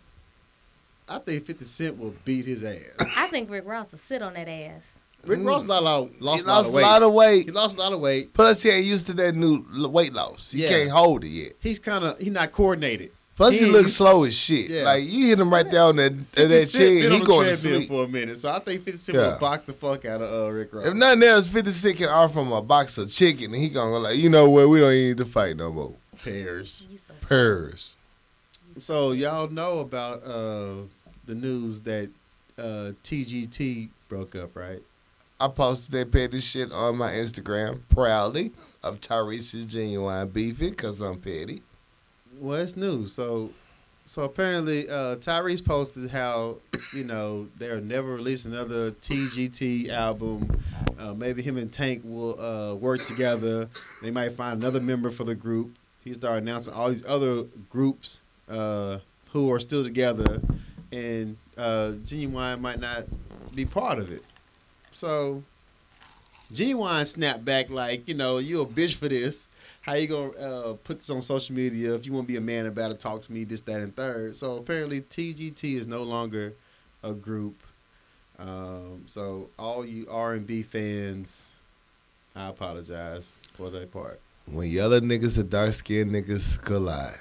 I think Fifty Cent will beat his ass. I think Rick Ross will sit on that ass. Rick Mm. Ross not lo- lost, he lost a a lot, lot of weight. of weight. He lost a lot of weight. Plus, he ain't used to that new l- weight loss. He Yeah. can't hold it yet. He's kind of he's not coordinated. Plus, he, He- looks slow as shit. Yeah. Like you hit him right there on that, on 50 that Cent been chin, on he the going to treadmill sleep. for a minute. So I think Fifty Cent Yeah. will box the fuck out of uh, Rick Ross. If nothing else, Fifty Cent can offer him a box of chicken, and he gonna go like, you know what? We don't even need to fight no more. pairs. You so Purrs. So y'all know about uh, the news that uh, TGT broke up, right? I posted that petty shit on my Instagram proudly of Tyrese's genuine beefing because I'm petty. Well, it's news. So, so apparently uh, Tyrese posted how you know they're never release another TGT album. Uh, maybe him and Tank will uh, work together. They might find another member for the group. He started announcing all these other groups uh, who are still together, and uh, Genuine might not be part of it. So, Genuine snapped back like, you know, you a bitch for this. How you gonna uh, put this on social media? If you want to be a man about it, talk to me. This, that, and third. So apparently, TGT is no longer a group. Um, so all you R and B fans, I apologize for that part. When yellow niggas and dark skinned niggas collide,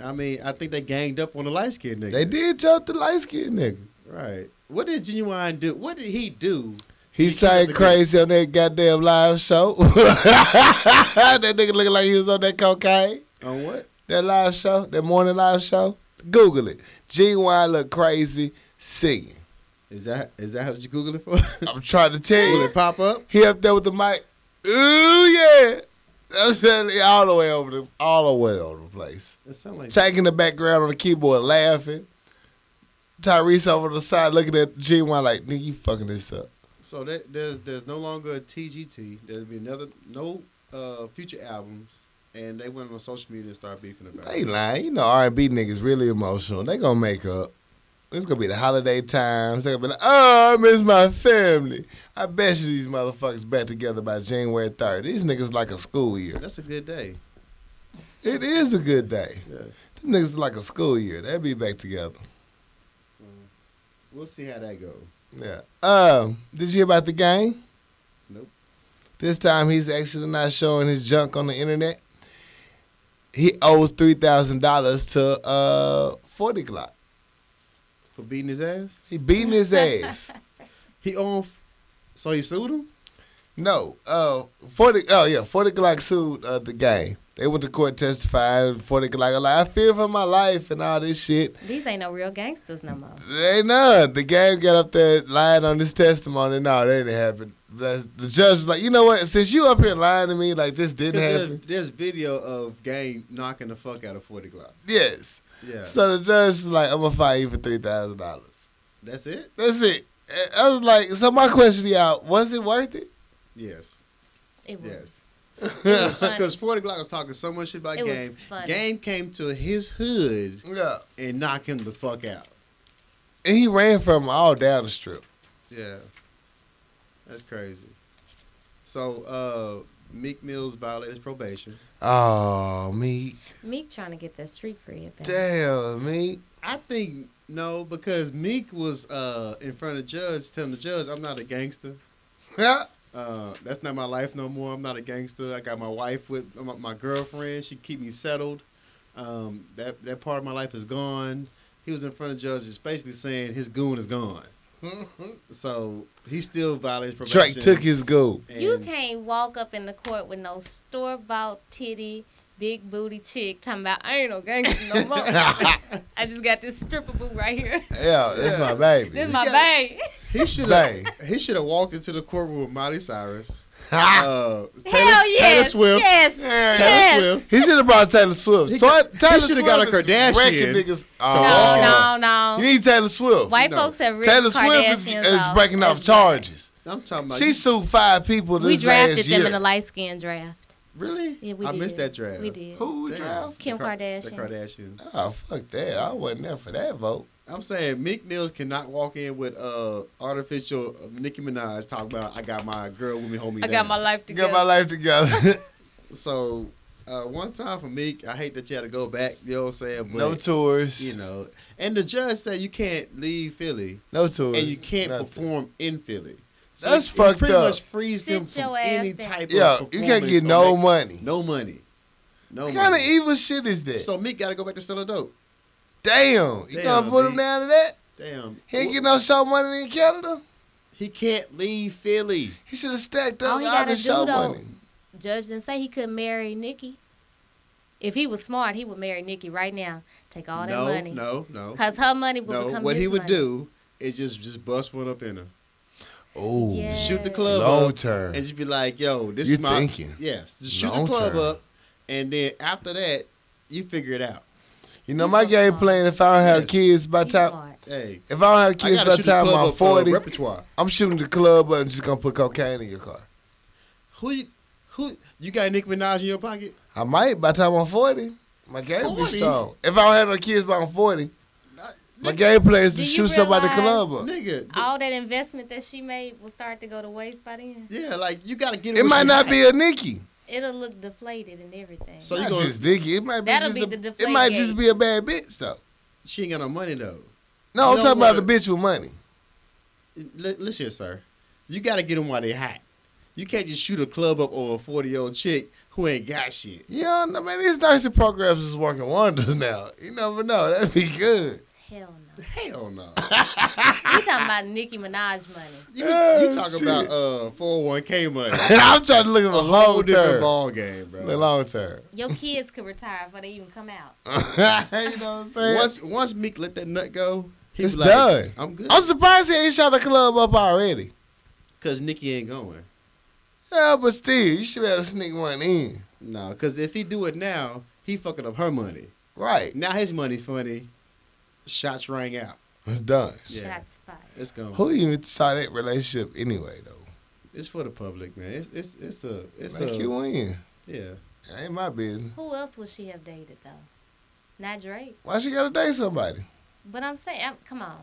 I mean, I think they ganged up on the light skinned nigga. they did jump the light skinned nigga. right. What did Genuine do? What did he do? He He killed sang the crazy on that goddamn live show. that nigga looking like he was on that cocaine. On what? That live show, that morning live show. Google it. G-Wine look crazy singing. Is that is that what you googling for? I'm trying to tell Will you. it pop up? He up there with the mic. Ooh yeah. I'm telling you, all the way over the all the way over the place. It sounds like Taking the background on the keyboard laughing. Tyrese over the side looking at G-Wine like, nigga, you fucking this up. So that, there's there's no longer a TGT. There'll be another no uh, future albums, and they went on social media and started beefing about They it. lying. You know R and B niggas really emotional. They gonna make up. It's gonna be the holiday times. They gonna be like, oh, I miss my family. I bet you these motherfuckers back together by January 3rd. These niggas like a school year. That's a good day. It is a good day. Yeah. Them niggas is like a school year. They'll be back together. We'll see how that goes. Yeah. Um, did you hear about the game? Nope. This time he's actually not showing his junk on the internet. He owes three thousand dollars to uh forty Glock. For beating his ass? He beating his ass. He off. So he sued him? No, uh, forty. Oh yeah, forty Glock sued uh, the game. They went to court testifying. Forty Glock, like I fear for my life and all this shit. These ain't no real gangsters no more. They ain't none. The game got up there lying on this testimony. No, that didn't happen. That's, the judge is like, you know what? Since you up here lying to me like this didn't There's, happen. there's video of Gang knocking the fuck out of 40 Glock. Yes. Yeah. So the judge is like, I'm gonna fire you for three thousand dollars. That's it? That's it. And I was like, so my question to y'all, was it worth it? Yes. It was. Yes. was funny. Because 40 Glock was talking so much shit about It was Game. funny. Game came to his hood Yeah. and knocked him the fuck out. And he ran from all down the strip. Yeah. That's crazy. So, uh, Meek Mills violated probation. Oh me, Meek trying to get that street cred back. damn me. I think no, because Meek was uh, in front of the judge telling the judge, "I'm not a gangster. Yeah. Uh, that's not my life no more. I'm not a gangster. I got my wife with my, my girlfriend. She keep me settled. Um, that that part of my life is gone." He was in front of the judge, just basically saying his goon is gone. so he still violates probation. Drake took his gold. and- You can't walk up in the court with no store bought titty, big booty chick talking about I ain't no gangster no more. I just got this stripper boo right here. Yeah, that's my baby. This is my got- babe. He should Bang. have. he should have walked into the courtroom with Miley Cyrus. Ha! Uh, Taylor, Hell yes. Taylor Swift. Yes. Yeah. Taylor Yes. Swift. He should have brought Taylor Swift. He so I, got- he Taylor shoulda got a Swift is Kardashian. wrecking Niggas. No, Oh. no, no. You need Taylor Swift. White No. folks have ripped Taylor Swift is, Kardashians is off breaking off as charges. I'm talking about. She sued five people black. We this drafted last them year. in a light skin draft. really? Yeah, we I did. missed that draft. We did. Who Damn. drafted? Kim The Kar- The Kardashian. Kardashians. Oh fuck that! I wasn't there for that vote. I'm saying Meek Mills cannot walk in with uh artificial uh, Nicki Minaj talking about I got my girl with me, homie. I got my life together. Get my life together. So uh, one time for Meek, I hate that you had to go back. You know what I'm saying? But, no tours. You know, and the judge said you can't leave Philly no tours. and you can't Nothing. perform in Philly. That's it- it fucked pretty up. much frees them Sit your from ass any down. type Yeah, of you can't get performance or no make- money. No money. No what kind of money. evil shit is that? So Meek got to go back to selling dope. damn, you Damn, gonna put him Meek. down to that? Damn. He ain't get no show money in Canada. He can't leave Philly. He should have stacked All up he all gotta the do, show though- money. Judge didn't say he couldn't marry Nikki. If he was smart, he would marry Nikki right now. Take all that no, money. no, no, Cause her money would no. become What his he would money. do is just just bust one up in her, Oh, Yeah. shoot the Yes. club long up, term. and just be like, "Yo, this You is my thinking. yes." Just shoot Long the club term. up, and then after that, you figure it out. You know He's my so game smart. plan. If I don't have Yes. kids by He's time, smart. Hey, if I don't have I kids gotta by shoot time the club I'm up, uh, forty, repertoire. I'm shooting the club up and just gonna put cocaine in your car. Who, you- who you got Nicki Minaj in your pocket? I might by the time I'm 40. My game be 40? strong. If I don't have no kids by I'm 40, my Nigga- game plan is to Do you shoot somebody in the realize- club up. Nigga, th- All that investment that she made will start to go to waste by then. yeah, like you gotta get It what might you- not be a Nikki. It'll look deflated and everything. So you not gonna- just Nikki. It might be That'll just be a, the It deflate might gate. just be a bad bitch though. She ain't got no money though. No, You I'm don't talking about wanna- the bitch with money. L- listen here, sir. You got to get them while they hot. You can't just shoot a club up or a 40 year old chick who ain't got shit. Yeah, I mean these nursing programs is working wonders now. You never know. That'd be good. Hell no. Hell no. We talking about Nicki Minaj money. You, Oh, you talking shit. about uh 401k money. And I'm trying to look at the a whole long different term. ball game, The bro. long term. Your kids could retire before they even come out. you know what I'm saying? Once once Meek let that nut go, he's It's like, done. I'm good. I'm surprised he ain't shot the club up already. Cause Nikki ain't going. Yeah, but still, you should be able to sneak one in. No, cause if he do it now, he fucking up her money. Right. Now his money's funny. Shots rang out. It's done. Yeah. Shots fired. It's gone. Who even saw that relationship anyway, though? It's for the public, man. It's it's it's a it's Make a you in. yeah. That ain't my business. Who else would she have dated though? Not Drake. Why she gotta date somebody? But I'm saying, I'm- come on,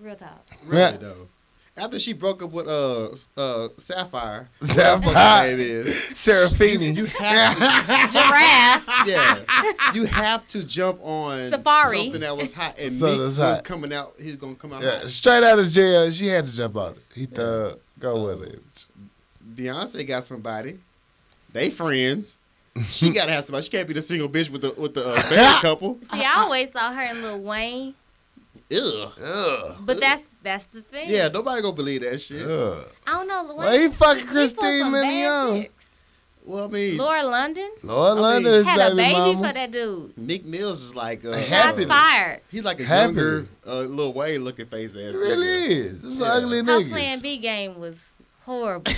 real talk. Really Yeah. though. After she broke up with uh uh Sapphire, Sapphire. whatever her name is, Seraphine. you have to, Giraffe. yeah, you have to jump on Safari. something that was hot, and So Meek that's was hot. coming out. He's gonna come out. Yeah, hot. straight out of jail, she had to jump out. He thought, go So- with it. Beyonce got somebody. They friends. She gotta have somebody. She can't be the single bitch with the with the uh, married couple. See, I always thought her and Lil Wayne, Ugh. Ugh. but that's that's the thing. Yeah, nobody gonna believe that shit. Ugh. I don't know. Lil Well, he fucking pulled Christine some bad Milian. chicks. Well, I mean, Laura London Lord I mean, London is had a baby, baby mama. for that dude. Meek Mills is like uh, Happy. Shots fired. He's like a Happy. younger uh, Lil Wayne looking face ass. It really nigga. is. Those Yeah. ugly Her plan niggas. B game was horrible.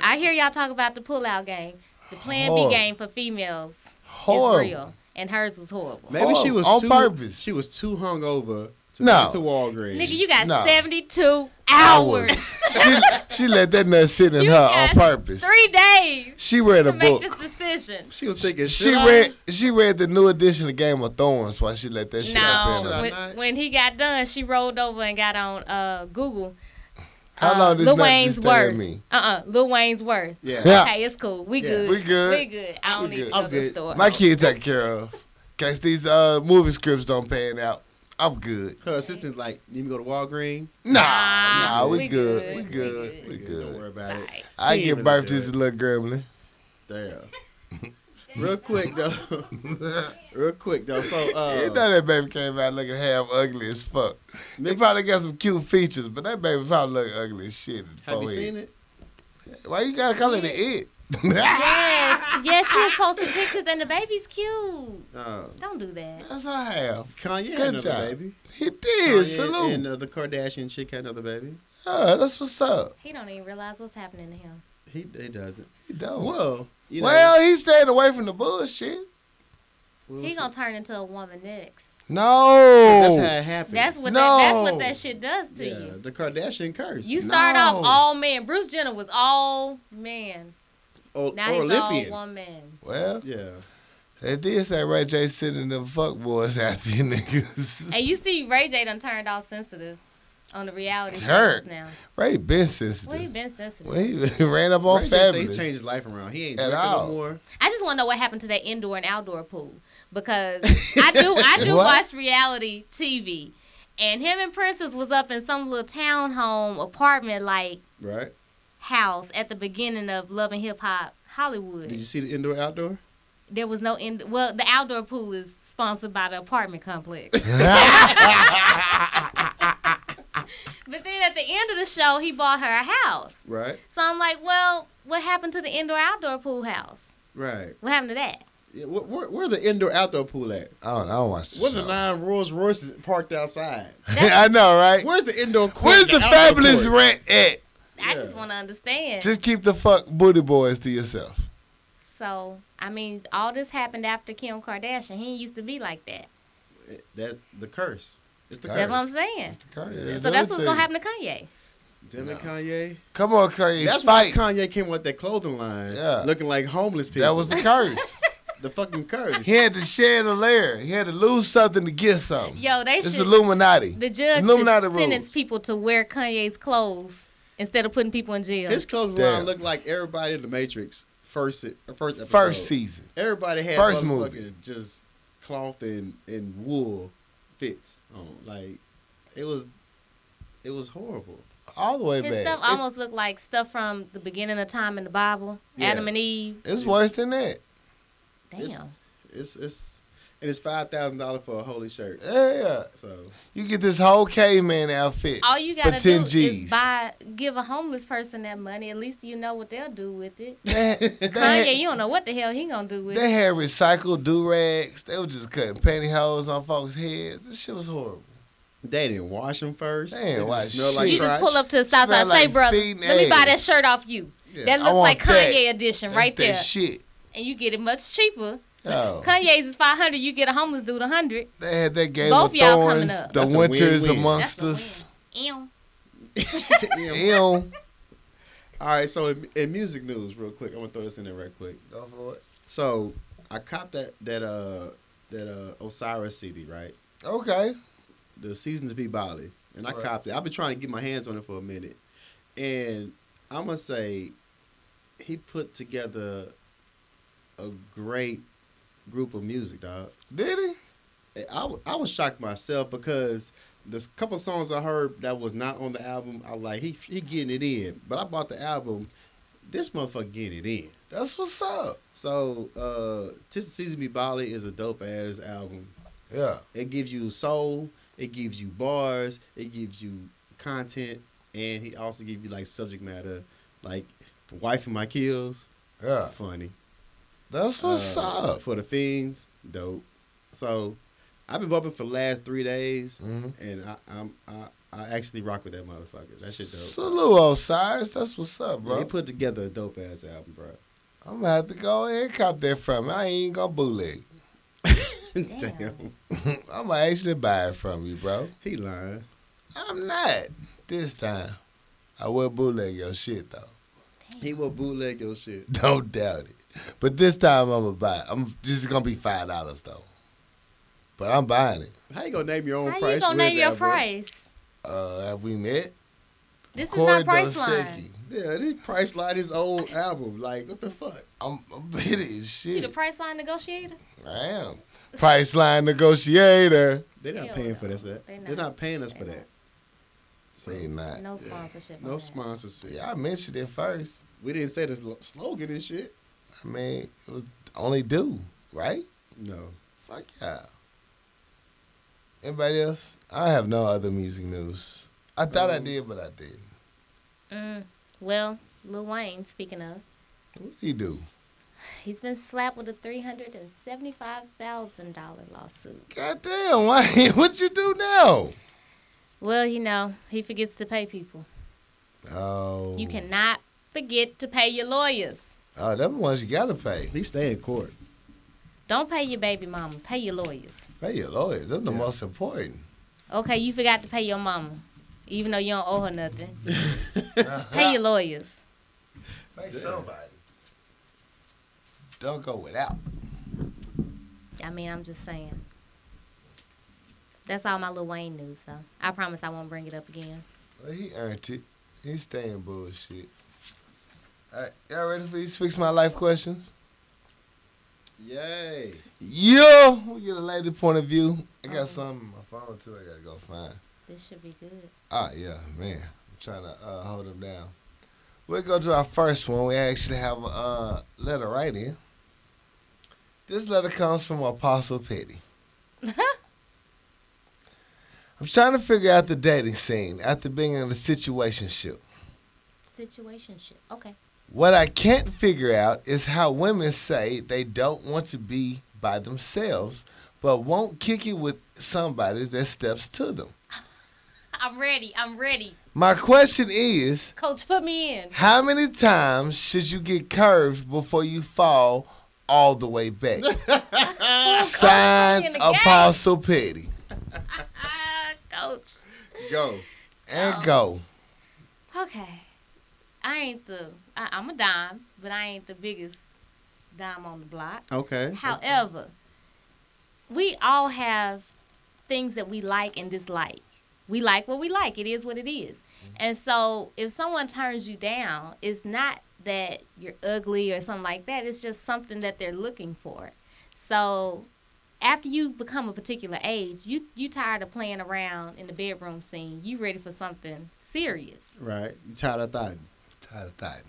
I hear y'all talk about the pullout game. The plan Horrible. B game for females is Horrible. real, and hers was horrible. Maybe she Oh, was on too, purpose. She was too hungover to No. make it to Walgreens. Nigga, you got Nah. 72 hours, she she let that nut sit in You her on got purpose. three days She read a to make book. this decision. she was thinking She shit. read she read the new edition of Game of Thrones while she let that shit up in No, her. Should I when, not? when he got done, she rolled over and got on uh, Google. How uh, long this Lil nut Wayne's just stare at worth? me? Uh uh Lil Wayne's worth. Yeah. Yeah. Okay, it's cool. We Yeah. good. We good. We good. I don't We need good. to go I'm to the good. store. My kid taken care of. Cause these uh movie scripts don't pan out. I'm good. Her assistant like, you can go to Walgreens. Nah, nah, Nah, we, we good. good. We We good. good. We Don't worry good. about it. Bye. I He ain't give really birth do to this it. little gremlin. Damn. Real quick though. Real quick though. So you uh, know that baby came out looking half ugly as fuck. They Mick- probably got some cute features, but that baby probably look ugly as shit. have you seen it? Why you gotta call it an it? Yes, yes, she was posting pictures, and the baby's cute. Uh, Don't do that. That's all I have. Kanye Good had another job. baby. He did. Kanye Salute. And uh, the Kardashian chick had another baby. Yeah, that's what's up. He don't even realize what's happening to him. He, he doesn't. He don't. Well, you know, Oh. well, he's staying away from the bullshit. we'll He see. gonna turn into a woman next. No. That's Oh. how it happens. That's what that, that's No. what that shit does to yeah, you. the Kardashian curse. You start off No. all man. Bruce Jenner was all man. O- Now he's Olympian. all woman. well, Yeah. they did say Ray J sending them fuck boys after you niggas. And you see Ray J done turned all sensitive on the reality Turn. shows now. Ray been Well, he sensitive. been sensitive. When he ran up on Ray J say He Fabulous. changed his life around. He ain't At drinking all. no more. I just want to know what happened to that indoor and outdoor pool because I do I do What? watch reality TV, and him and Princess was up in some little townhome apartment like Right? house at the beginning of Love and Hip Hop Did you Hollywood. see the indoor outdoor? There was no in well the outdoor pool is sponsored by the apartment complex. But then at the end of the show, he bought her a house. Right? So I'm like, well, what happened to the indoor outdoor pool house? Right. What happened to that? Yeah, wh- where, where the indoor outdoor pool at? I don't, I don't watch the Where's the show. nine Rolls Royces parked outside? I know, right? Where's the indoor court? Where's the outdoor fabulous court? rent at? Yeah. I just want to understand. Just keep the fuck booty boys to yourself. so I mean, all this happened after Kim Kardashian. He ain't used to be like that. Eh, That the curse. It's the That's what I'm curse. saying. Yeah, So let me that's what's tell gonna you. happen to Kanye. Damn it, Kanye. Come on, Kanye. That's why fight. Kanye came with that clothing line, Yeah. looking like homeless people. that was the curse. the fucking curse. he had to shed a layer. He had to lose something to get something. Yo, they it's should. Illuminati. the judge should Illuminati rules. sentence people to wear Kanye's clothes instead of putting people in jail. His clothing Damn. line looked like everybody in the Matrix first se- uh, first episode. First season. Everybody had First first movie. just cloth and, and wool fits on. Like it was it was horrible. All the way His back. stuff It's- almost looked like stuff from the beginning of time in the Bible, Yeah. Adam and Eve. It's worse than that. Damn. It's it's, it's and it's five thousand dollars for a holy shirt. Yeah. So You get this whole caveman outfit all you for gotta 10 do G's. is buy, give a homeless person that money. At least you know what they'll do with it. They, they had, Kanye, you don't know what the hell he gonna do with they it. had recycled do rags. They were just cutting pantyhose on folks' heads. This shit was horrible. they didn't wash them first. They ain't It just wash smelled shit. You just crotch. pull up to the stop Smell sign, like say, brother, let feeding me buy that ass." shirt off you. Yeah. That I looks want like Kanye that. edition That's right that there, shit. and you get it much cheaper. Oh, Kanye's is five hundred. You get a homeless dude a hundred. they had that Game Both of y'all coming Thorns, up. The That's a Winters win-win. Amongst That's a Us. win. Ew. Yeah. Ew. All right, so in, in music news, real quick, I'm gonna throw this in there right quick. Go for it. So I copped that that uh that uh Osiris CD, right? Okay. The Seasons Be Bali. and I Right. copped it. I've been trying to get my hands on it for a minute, and I'm gonna say he put together a great group of music, dog. Did he? I, w- I was shocked myself because there's a couple songs I heard that was not on the album. I like he he getting it in, but I bought the album. This motherfucker getting it in. That's what's up. So, uh, Tissa Season Me Bali is a dope ass album. Yeah. It gives you soul, it gives you bars, it gives you content, and he also gives you like subject matter, like wife and my kills, Yeah. funny. That's what's Uh, up. for the things, dope. So, I've been bumping for the last three days, Mhm. and I, I'm I, I actually rock with that motherfucker. That shit dope. Salute, Osiris. That's what's up, Bro. bro. He put together a dope ass album, bro. I'm gonna have to go ahead and cop that from you. I ain't gonna bootleg. Damn. Damn, I'm gonna actually buy it from you, bro. he lying. I'm not this time. I will bootleg your shit though. He will bootleg your shit. Don't doubt it. But this time I'm gonna buy. It. I'm this is gonna be five dollars though. But I'm buying it. How you gonna name your own How price? you gonna for his name your album? price? Uh, have we met? This Corey is not Priceline. Dosecki. Yeah, this price line is old album. Like, what the fuck? I'm, I'm hitting his You the shit. Priceline negotiator? I am. Priceline negotiator. They're not Hell paying no. for this. That. They They're not. not paying us They for not. that. So, Say not. No sponsorship. my no bad. sponsorship. Yeah, I mentioned it first. We didn't say the slo- slogan and shit. I mean, it was only do right. No. Fuck yeah. Anybody else? I have no other music news. I thought I Um, did, but I didn't. Mm, well, Lil Wayne, speaking of, What he do? he's been slapped with a $375,000 lawsuit. Goddamn, why? What you do now? Well, you know, he forgets to pay people. Oh, You cannot forget to pay your lawyers. Oh, them ones you gotta pay. He stay in court. Don't pay your baby mama, pay your lawyers. Pay your lawyers. Them the Yeah. most important. Okay, you forgot to pay your mama, even though you don't owe her nothing. pay your lawyers. Pay somebody. Don't go without. I mean, I'm just saying. That's all my Lil Wayne news, though. I promise I won't bring it up again. Well, he earned it. He's staying bullshit. All right, y'all ready for these fix my life questions? Yay. Yeah, we get a lady point of view. I got something on my phone too. I gotta go find. This should be good. Ah, yeah, man. I'm trying to uh, hold them down. We'll go to our first one. We actually have a uh, letter right in. This letter comes from Apostle Petty. I'm trying to figure out the dating scene after being in a situationship. Situationship. Okay. What I can't figure out is how women say they don't want to be by themselves, but won't kick it with somebody that steps to them. I'm ready. I'm ready. My question is Coach, put me in. how many times should you get curved before you fall all the way back? in Signed the game. Apostle Petty. Ah, coach. Go. Oh. And go. Okay. I ain't the, I, I'm a dime, but I ain't the biggest dime on the block. Okay. However, we all have things that we like and dislike. We like what we like. It is what it is. Mm-hmm. And so if someone turns you down, it's not that you're ugly or something like that. It's just something that they're looking for. So after you become a particular age, you you tired of playing around in the bedroom scene. You ready for something serious. Right. You tired of that? Tired of that.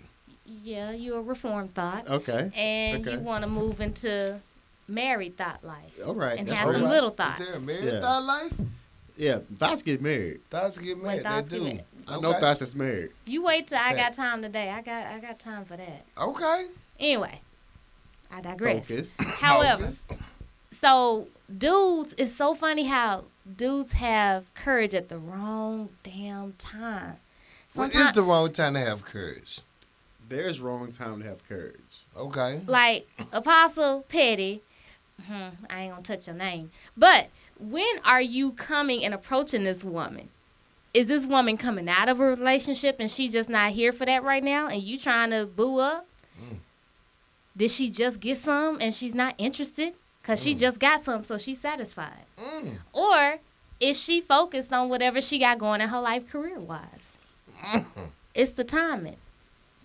Yeah, you're a reformed thought. Okay. And Oh, okay. you want to move into married thought life. All right. and that's have all some right. little Is there a thoughts. married Yeah. thought life? Yeah. Thoughts get married. Thoughts get When married. thoughts they get do. married. I know Okay. thoughts that's married. You wait till I got Facts. time today. I got I got time for that. Okay. Anyway, I digress. Focus. However, Focus. so dudes, it's so funny how dudes have courage at the wrong damn time. What Sometime- is the wrong time to have courage? There's wrong time to have courage. Okay. Mm-hmm. like Apostle Petty. hmm, I ain't gonna touch your name, but when are you coming and approaching this woman? Is this woman coming out of a relationship and she just not here for that right now, and you trying to boo up? Mm. Did she just get Mm. some and she's not interested because she just got some, so she's satisfied? Mm. Or is she focused on whatever she got going in her life career wise? it's the timing.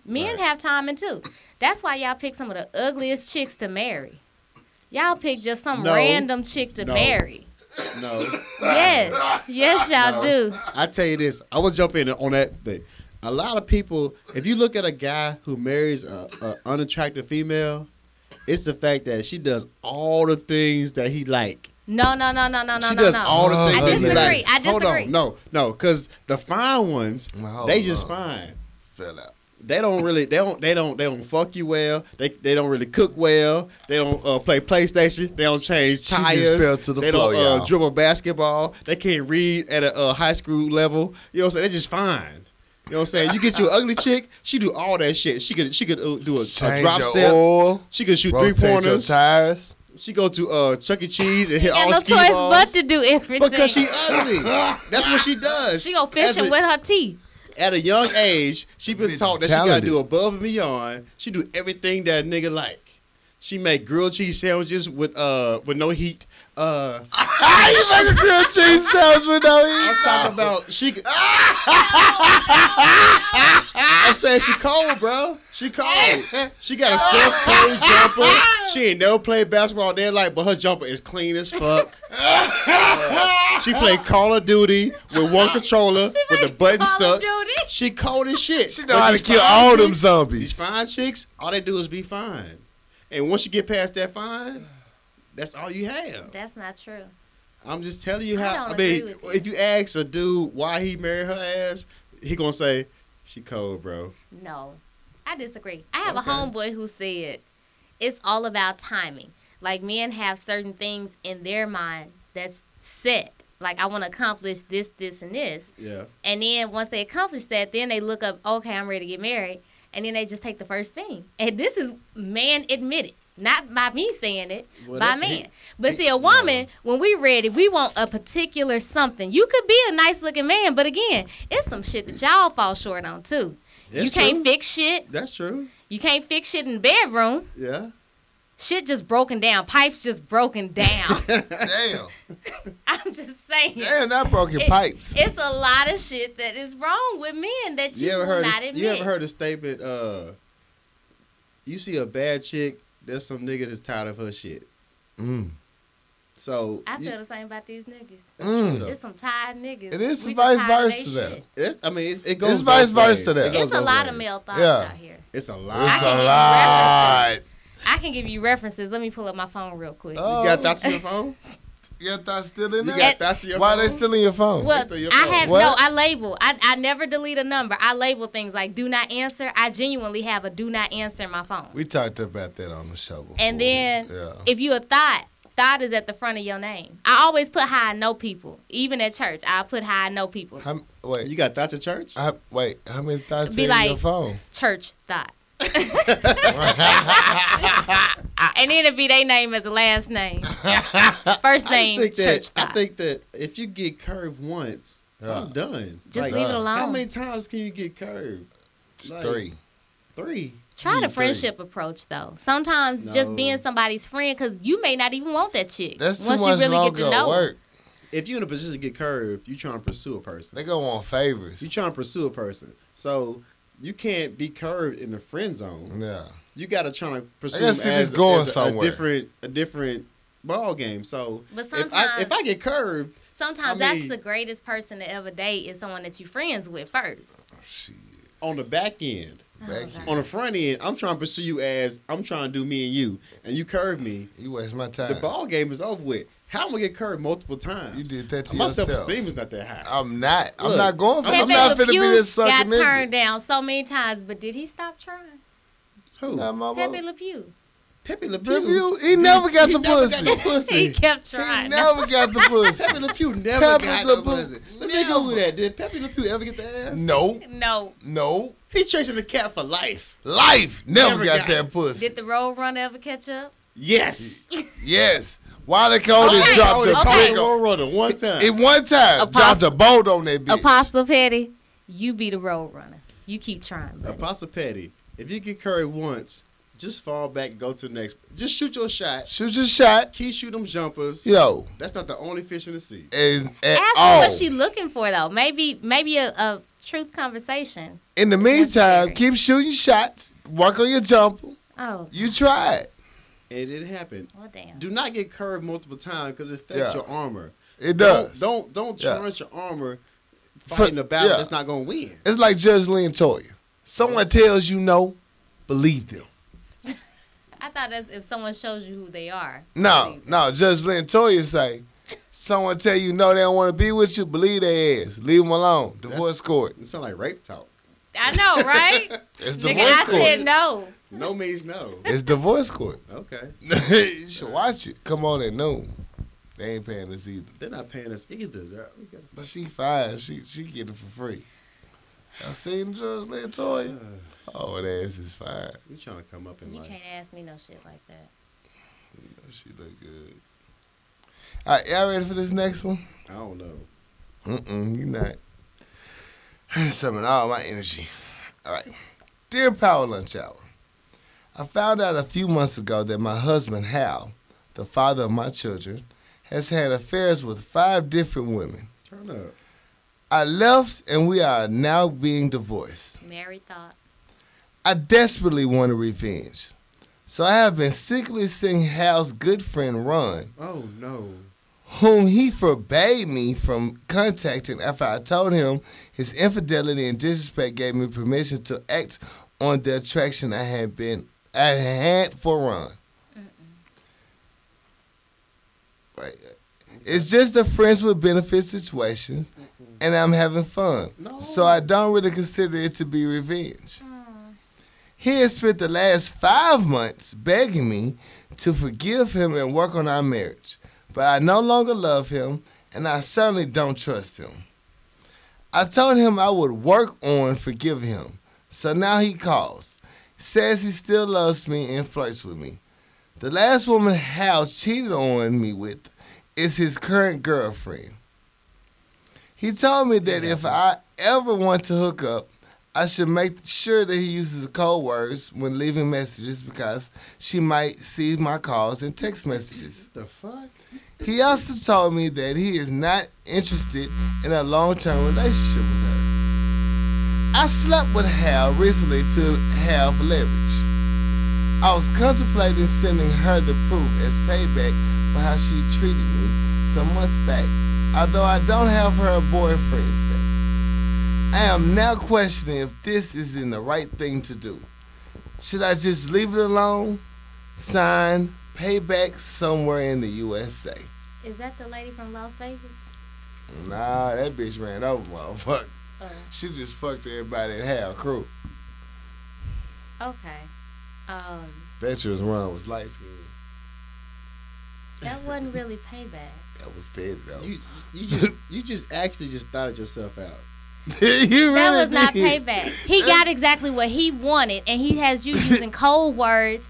Men Mm-hmm. Right. have timing too. That's why y'all pick some of the ugliest chicks to marry. Y'all pick just some No. random chick to No. marry. No. Yes. Yes, y'all No. do. I tell you this, I will jump in on that thing. A lot of people, if you look at a guy who marries a, a unattractive female, it's the fact that she does all the things that he like. No, no, no, no, no, no, she no, does no. all the things I that he disagree. likes. I disagree. Hold on, no, no, because the fine ones, Well, hold they just on. fine. Fell out. They don't really, they don't, they don't, they don't fuck you well. They, they don't really cook well. They don't uh, play PlayStation. They don't change She just tires. fell to the they floor, don't uh, y'all. dribble basketball. They can't read at a uh, high school level. You know what I'm saying? They're just fine. You know what I'm saying? You get you an ugly chick, she do all that shit. She could, she could uh, do a, a Change drop your step. oil. She could shoot three Rotate your pointers. tires. She go to uh, Chuck E. Cheese and hit Got all no ski choice balls. but to do everything. Because she ugly. That's what she does. she go As fishing a- with her teeth. At a young age, she been Bitch is taught that she gotta talented. do above and beyond. She do everything that a nigga like. She make grilled cheese sandwiches with uh with no heat. Uh, Ah, you make a grilled cheese sandwich with no I'm heat. talking about she. I'm saying she cold, bro. She cold. She got a Steph Curry jumper. She ain't never played basketball all day like, but her jumper is clean as fuck. she played Call of Duty with one controller with the button Call of stuck. Duty. She cold as shit. She know But how to these kill fine all them chicks- These zombies. fine chicks, all they do is be fine. And once you get past that fine, that's all you have. That's not true. I'm just telling you I how. I, don't agree mean, with you. if you ask a dude why he married her ass, he gonna say she cold, bro. No, I disagree. I have Okay. a homeboy who said it's all about timing. Like men have certain things in their mind that's set. Like I want to accomplish this, this, and this. Yeah. And then once they accomplish that, then they look up. Okay, I'm ready to get married. And then they just take the first thing. And this is man admitted, not by me saying it, Well, by that- man. he- but see, a woman, when we ready, we want a particular something. You could be a nice looking man, but again, it's some shit that y'all fall short on too you That's can't true. fix shit. That's true. You can't fix shit in the bedroom. Yeah. Shit just broken down. Pipes just broken down. Damn. I'm just saying. Damn, that broke your It- pipes. It's a lot of shit that is wrong with men that you, You ever will heard? not A, admit. you ever heard a statement? Uh, you see a bad chick, there's some nigga that's tired of her shit. Mm. So I you- feel the same about these niggas. that's Mm. true, though. It's some tired niggas. It is We just vice tired of they versa there. shit. It's- I mean, it's, it goes. vice both versa ways. there. It goes It's a both lot ways. of male thoughts Yeah. out here. It's a lot. It's I a can't lot. I can give you references. Let me pull up my phone real quick. Oh. You got thoughts on your phone? Your thoughts still in You there? got thoughts on your Why phone? they still in your phone? Well, Next to your I phone. have What? no. I label. I, I never delete a number. I label things like do not answer. I genuinely have a do not answer in my phone. We talked about that on the show before. And then yeah. if you a thought, thought is at the front of your name. I always put how I know people. Even at church, I put how I know people. how, wait, You got thoughts at church? I, wait, how many thoughts Be are in your like- phone? Church thought. and then it'd be their name as a last name. First I name, just think church that thought. I think that if you get curved once, Yeah. I'm done. Just leave it uh, alone. How many times can you get curved? It's Like- three. Three. Try You the need friendship approach though. Sometimes just No. being somebody's friend, because you may not even want that chick. That's too once much you really longer get to know. her. work. three. If you're in a position to get curved, you trying to pursue a person. They gonna want favors. You trying to pursue a person. So you can't be curved in the friend zone. yeah. You got to try to pursue. gotta them see as- this going as a, somewhere. A different, a different ball game. So But if I, sometimes- if I get curved, Sometimes I that's mean- the greatest person to ever date is someone that you friends with first. Shit. on the back end, Back God. here. on the front end, I'm trying to pursue you as I'm trying to do me and you, and you curve me. You waste my time. The ball game is over with. How am I gonna get curved multiple times? You did that to My yourself. self esteem is not that high. I'm not. I'm Look, not going for it. Pepe I'm not finna be Le Pew this sucker got turned nigga. down so many times, but did he stop trying? Who? Nah, mama. Pepe Le Pew. Pepe Le um, Pepe Pew. Le- he never got the never pussy. Got the He pussy. kept He trying. never got the pussy. Pepe Le Pew never Pepe got Le the Pew. pussy. Let me go with that. Did Pepe Le Pew ever get the ass? No, No. no. He chasing the cat for life. Life never, Never got, got that it. pussy. Did the road runner ever catch up? Yes. yes. Wilder Cody Okay, dropped the a okay. big on. runner one time. It one time dropped Apostle- a bolt on that bitch. Apostle Petty, you be the road runner. You keep trying. buddy. Apostle Petty, if you get curved once, Just fall back, go to the next. Just shoot your shot. Shoot your shot. Keep shooting them jumpers. Yo. That's not the only fish in the sea. And oh. at Ask her all. what she looking for though. Maybe maybe a, a truth conversation. In the meantime, keep shooting shots. Work on your jumper. Oh You tried. And it happened. well, damn. Do not get curved multiple times because it affects Yeah. your armor. It does. Don't don't, don't Yeah. challenge your armor For- fighting a battle yeah. that's not gonna win. It's like Judge Lynn Toya. Someone tells you no, believe them. I thought that's if someone shows you who they are. No, no, Judge Lynn Toya say, someone tell you no, they don't want to be with you, believe their ass. Leave them alone. Divorce court. It sounds like rape talk. I know, right? It's Nigga, divorce I court. said no. No means no. It's divorce court. Okay. you should watch it. Come on at noon. They ain't paying us either. They're not paying us either. dog. We gotta But she fine. She she getting it for free. I seen Judge Lynn Toya. Uh, Oh, that ass is fine. we trying to come up in You life. can't ask me no shit like that. She look good. All right, y'all ready for this next one? I don't know. Mm-mm, you not. Summon all my energy. All right. Dear Power Lunch Hour, I found out a few months ago that my husband, Hal, the father of my children, has had affairs with five different women. Turn up. I left and we are now being divorced. Mary thought. I desperately wanted revenge. So I have been secretly seeing Hal's good friend Ron, Oh no. whom he forbade me from contacting after I told him his infidelity and disrespect gave me permission to act on the attraction I had been I had for Ron. Right. It's just a friends with benefit situations, and I'm having fun. No. So I don't really consider it to be revenge. "Hmm, He has spent the last five months begging me to forgive him and work on our marriage, but I no longer love him and I certainly don't trust him. I told him I would work on forgiving him, so now he calls, says he still loves me and flirts with me. The last woman Hal cheated on me with is his current girlfriend. He told me that if I ever want to hook up, I should make sure that he uses code words when leaving messages because she might see my calls and text messages. The fuck? He also told me that he is not interested in a long term relationship with her. I slept with Hal recently to have leverage. I was contemplating sending her the proof as payback for how she treated me some months back, although I don't have her boyfriends back. I am now questioning if this is in the right thing to do. Should I just leave it alone? Sign payback somewhere in the USA. Is that the lady from Las Vegas? Nah, that bitch ran over, motherfucker. Oh, She just fucked everybody at Hal Crew. okay. Um, Bet you was wrong. Was light skinned. that wasn't really payback. That was petty though. You, You you just you just actually just thought it yourself out. really That was not did. payback. Uh, He got exactly what he wanted, and he has you using cold words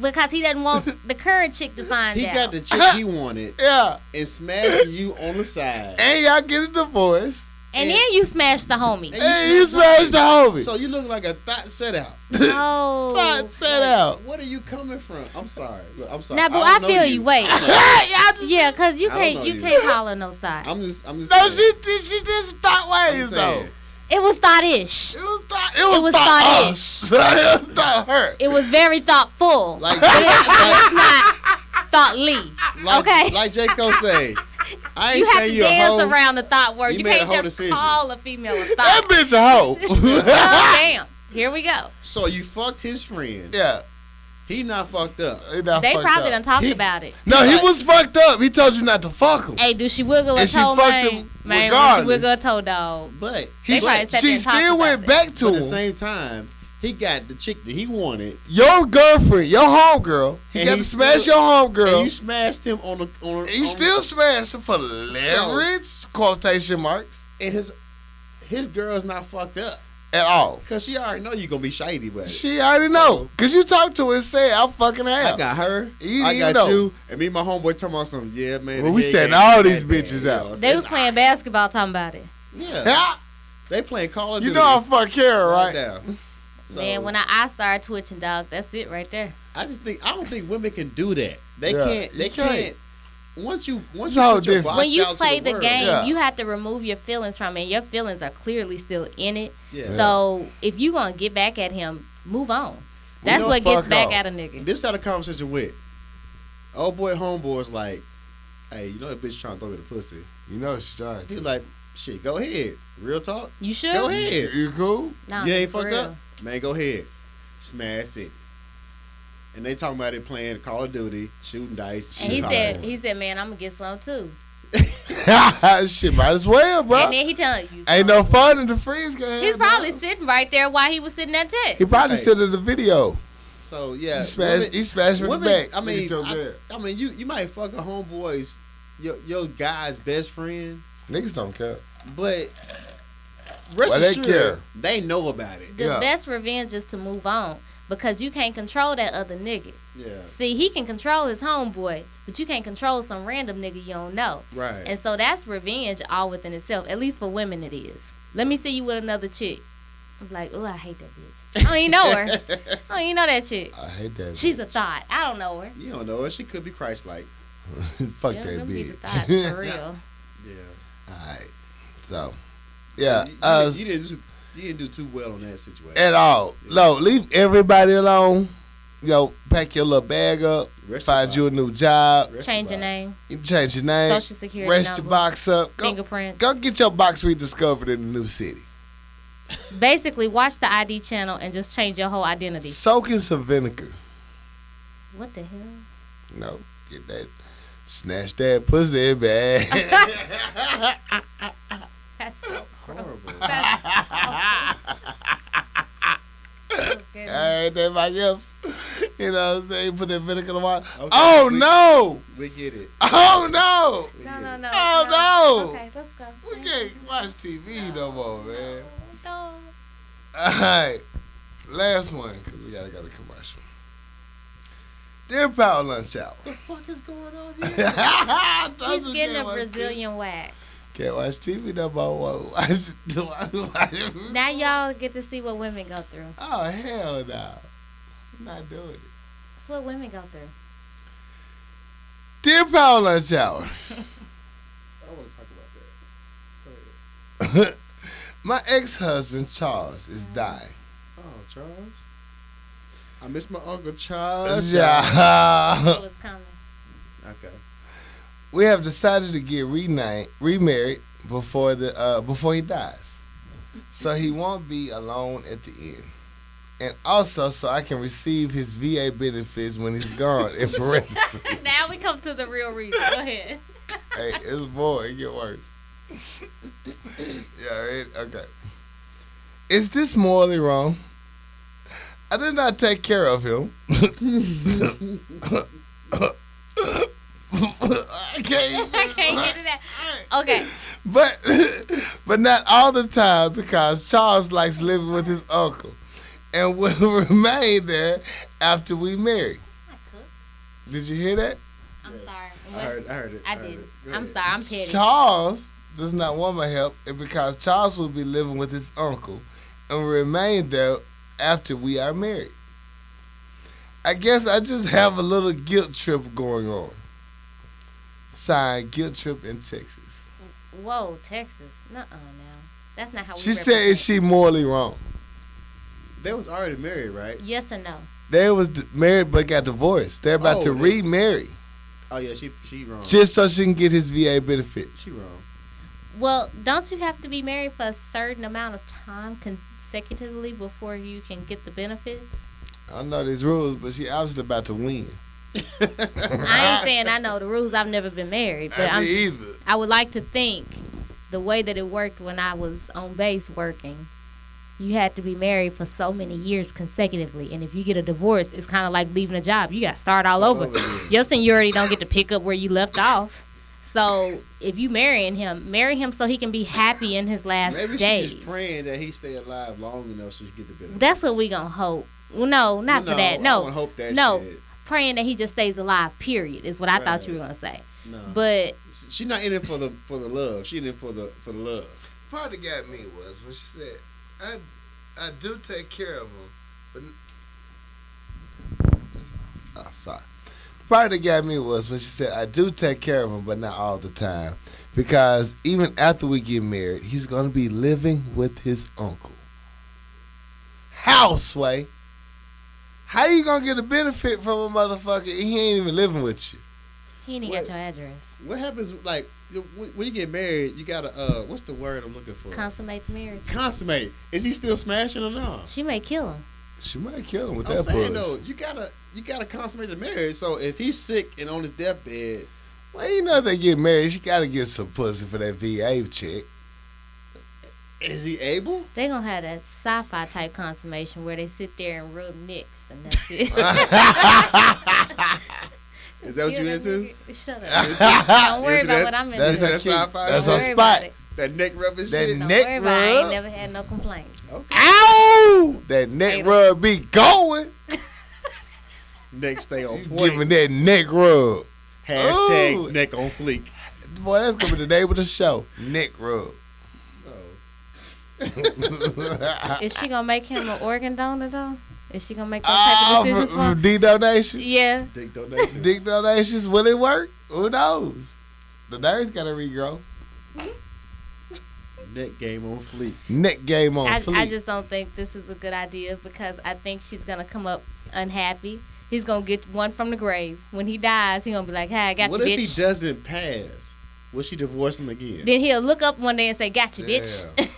because he doesn't want the current chick to find He out. got the chick he wanted Yeah, and smashed you on the side. and y'all get a divorce. and then you smashed the homie. And And you you smashed smashed the homie. So you look like a thought set out. Oh, Fuck, set out. What are you coming from? I'm sorry. Look, I'm sorry. Now, boo, don't I, know feel you. Wait, Y'all just- yeah, cause I you don't know can't you you. can't holler no thought. I'm just I'm just No, she saying. she just thought I'm ways though. saying. It was thought-ish. It was thought. It was, was thought, thought us. it was thought her. It was very thoughtful. Like it, like, was not thoughtly. like, okay. like J. Cole say, I ain't You have saying to you a dance hoe. around the thought word. You You, made a can't whole just decision. call a female a That thought. bitch a hoe. oh, damn. Here we go. So you fucked his friend. yeah, He not fucked up. he not They fucked up. probably done talked He- about it. No, he Like- was fucked up. He told you not to fuck him. Hey, do she wiggle her And she toe, fucked man? him Man, when she regardless. wiggle her toe, dog. But He, They probably s- sat there she and talked still went about it. back to but at him. the same time, he got the chick that he wanted, your girlfriend, your homegirl. He And got he to smash still- your homegirl. and you smashed him on the on. And you on- still smash her for leverage, quotation marks, and his his girl's not fucked up at all. because she already know you gonna be shady, but She already know. Because you talked to her and said, I'm fucking I hell. got her, You I didn't got know. you, and me and my homeboy talking about something. Yeah, man. Well, the we head setting game all ain't these that bitches bad, out. yo. It's- They was it's- playing basketball talking about it. Yeah, Ha! they playing Call of You Duty. know I fuck Kara, right? now. Man, when I, I start twitching, dog, that's it right there. I just think I don't think women can do that. They Yeah, can't. you They can't. can't. Once you once It's you all put your different. box when you out to play the, world, game, Yeah. you have to remove your feelings from it. Your feelings are clearly still in it. Yeah. So if you gonna get back at him, move on. That's don't what gets fuck back off. at a nigga. This had a conversation with. Oh boy, homeboy's like, hey, you know that bitch trying to throw me the pussy. You know she's trying He's to. like, shit, go ahead. Real talk. You sure? Go ahead. You cool? Nah, you ain't for fucked real. up, man. Go ahead, smash it. And they talking about it playing Call of Duty, shooting dice. And he shooting said, dice. he said, man, I'm gonna get some too. Shit, might as well, bro. And then he telling you, Ain't no fun in the freeze game. He's probably sitting right there while he was sitting at Mm-hmm. He text. probably Hey. said in the video. so yeah, he smashed. women- he smashed from the women, back. I Nigga mean, choke I, that. I mean, you you might fuck a homeboy's your your guy's best friend, niggas don't care. but rest Why they assured, care? they know about it. The Yeah. best revenge is to move on because you can't control that other nigga. Yeah, See, he can control his homeboy, but you can't control some random nigga you don't know. right. And so that's revenge all within itself. At least for women, it is. Let me see you with another chick. I'm like, oh, I hate that bitch. I don't even know her. I don't even know that chick. I hate that. She's a thought. I don't know her. you don't know. She could be Christ-like. bitch. fuck Yeah, that them be the thought, bitch. for real. Yeah. All right, so yeah, You, you, uh, you didn't. do- You didn't do too well on that situation. at all. No, leave everybody alone. Yo, pack your little bag up. Rest Find you your a new job. Rest Change your box. name, You change your name. social security rest number, your box up. Go, fingerprint. go get your box rediscovered in the new city. Basically, watch the ID channel and just change your whole identity. Soak in some vinegar. What the hell? You know, get that, snatch that pussy back. That's so horrible. Horrible. Everything else, you know what I'm saying? Put that vinegar in the water. Okay, oh we- no! We get it. Oh no! We No, get no, it. no. Oh, no. Okay, let's go. We can't watch TV no more, man. No. All right, last one because we gotta go to commercial. Dear Power Lunch Hour. What the fuck is going on here? I told He's you getting a can't watch Brazilian wax. TV. Can't watch TV no more. Why- why- why- why- Now y'all get to see what women go through. Oh hell no! I'm not doing it. That's what women go through. Dear Power Lunch Hour. I want to talk about that. Go ahead. My ex-husband Charles is dying. Oh, Charles. I miss my uncle Oh, Charles. Yeah. It was coming. Okay. We have decided to get reni- remarried before the uh, before he dies, so he won't be alone at the end, and also so I can receive his VA benefits when he's gone. In parentheses, now we come to the real reason. Go ahead. hey, it's boy, it get worse. yeah, it, okay. Is this morally wrong? I did not take care of him. I can't. I can't get it out. Okay. But but not all the time because Charles likes living with his uncle and will remain there after we marry. I cook. Did you hear that? I'm Yes. sorry. I heard. I heard it. I heard did. it. Go I'm ahead. sorry. I'm petty. Charles does not want my help and because Charles will be living with his uncle and will remain there after we are married. I guess I just have a little guilt trip going on. Signed, guilt trip in Texas. Whoa, Texas. Nuh-uh now. That's not how we She said, "Is she morally wrong?" They was already married, right? represent. Yes or no? They was d- married but got divorced. They're about Oh, to they- remarry Oh yeah, she she wrong. just so she can get his VA benefits. she wrong. Well, don't you have to be married for a certain amount of time consecutively before you can get the benefits? I don't know these rules, but she obviously about to win. I ain't saying I know the rules. I've never been married, but I'm, either. I would like to think the way that it worked when I was on base working. You had to be married for so many years consecutively, and if you get a divorce, it's kind of like leaving a job. You got to start all Start over. over again. Your seniority don't get to pick up where you left off. So if you marrying him, marry him so he can be happy in his last Maybe days. she's just praying that he stay alive long enough so she get the benefit. That's what we gonna hope. Well, no, not no, for that. I don't No, hope that. No. Shit. praying that he just stays alive. Period is what I thought Right. you were gonna say. No. But But she not in it for the for the love. She in it for the for the love. Part that got me was when she said, "I, I do take care of him, Oh, sorry. The part that got me was when she said, I do take care of him, but not all the time. Because even after we get married, he's going to be living with his uncle. How, Sway? How you going to get a benefit from a motherfucker and he ain't even living with you? He ain't even What? got your address. What happens like you- when when you get married? You gotta uh, what's the word I'm looking for? Consummate the marriage. Consummate. Is he still smashing or not? She may kill him. She might kill him with I'm that pussy. saying though, you gotta you gotta consummate the marriage. So if he's sick and on his deathbed, Well, you know if they get married, she got to get some pussy for that VA chick. is he able? They gonna have that sci-fi type consummation where they sit there and rub nicks and that's it. Is that what you into? Shut up. Don't worry You into that? about what I'm into. That's that a key. sci-fi? That's Don't a worry about spot. it. That neck rubbing That shit. Don't neck worry about it. I ain't rub. never had no complaints. Okay. Ow! That Hey, neck rub be going. Neck stay on You point. giving Oh. that neck rub. Hashtag Ooh. neck on fleek. Boy, that's gonna be the name of the show. Neck rub. Oh. Is she gonna make him an organ donor though? Is she gonna make those type Ah, of decisions for from- him? from D donations. Yeah. Dick donation. Dick donations. Will it work? Who knows? The nerves gotta regrow. Neck game on fleek. Neck game on I, fleek. I just don't think this is a good idea because I think she's gonna come up unhappy. He's gonna get one from the grave. When he dies, he gonna be like, "Hey, I got what you, if bitch." he doesn't pass? Will she divorce him again? Then he'll look up one day and say, "Got you, bitch." Damn,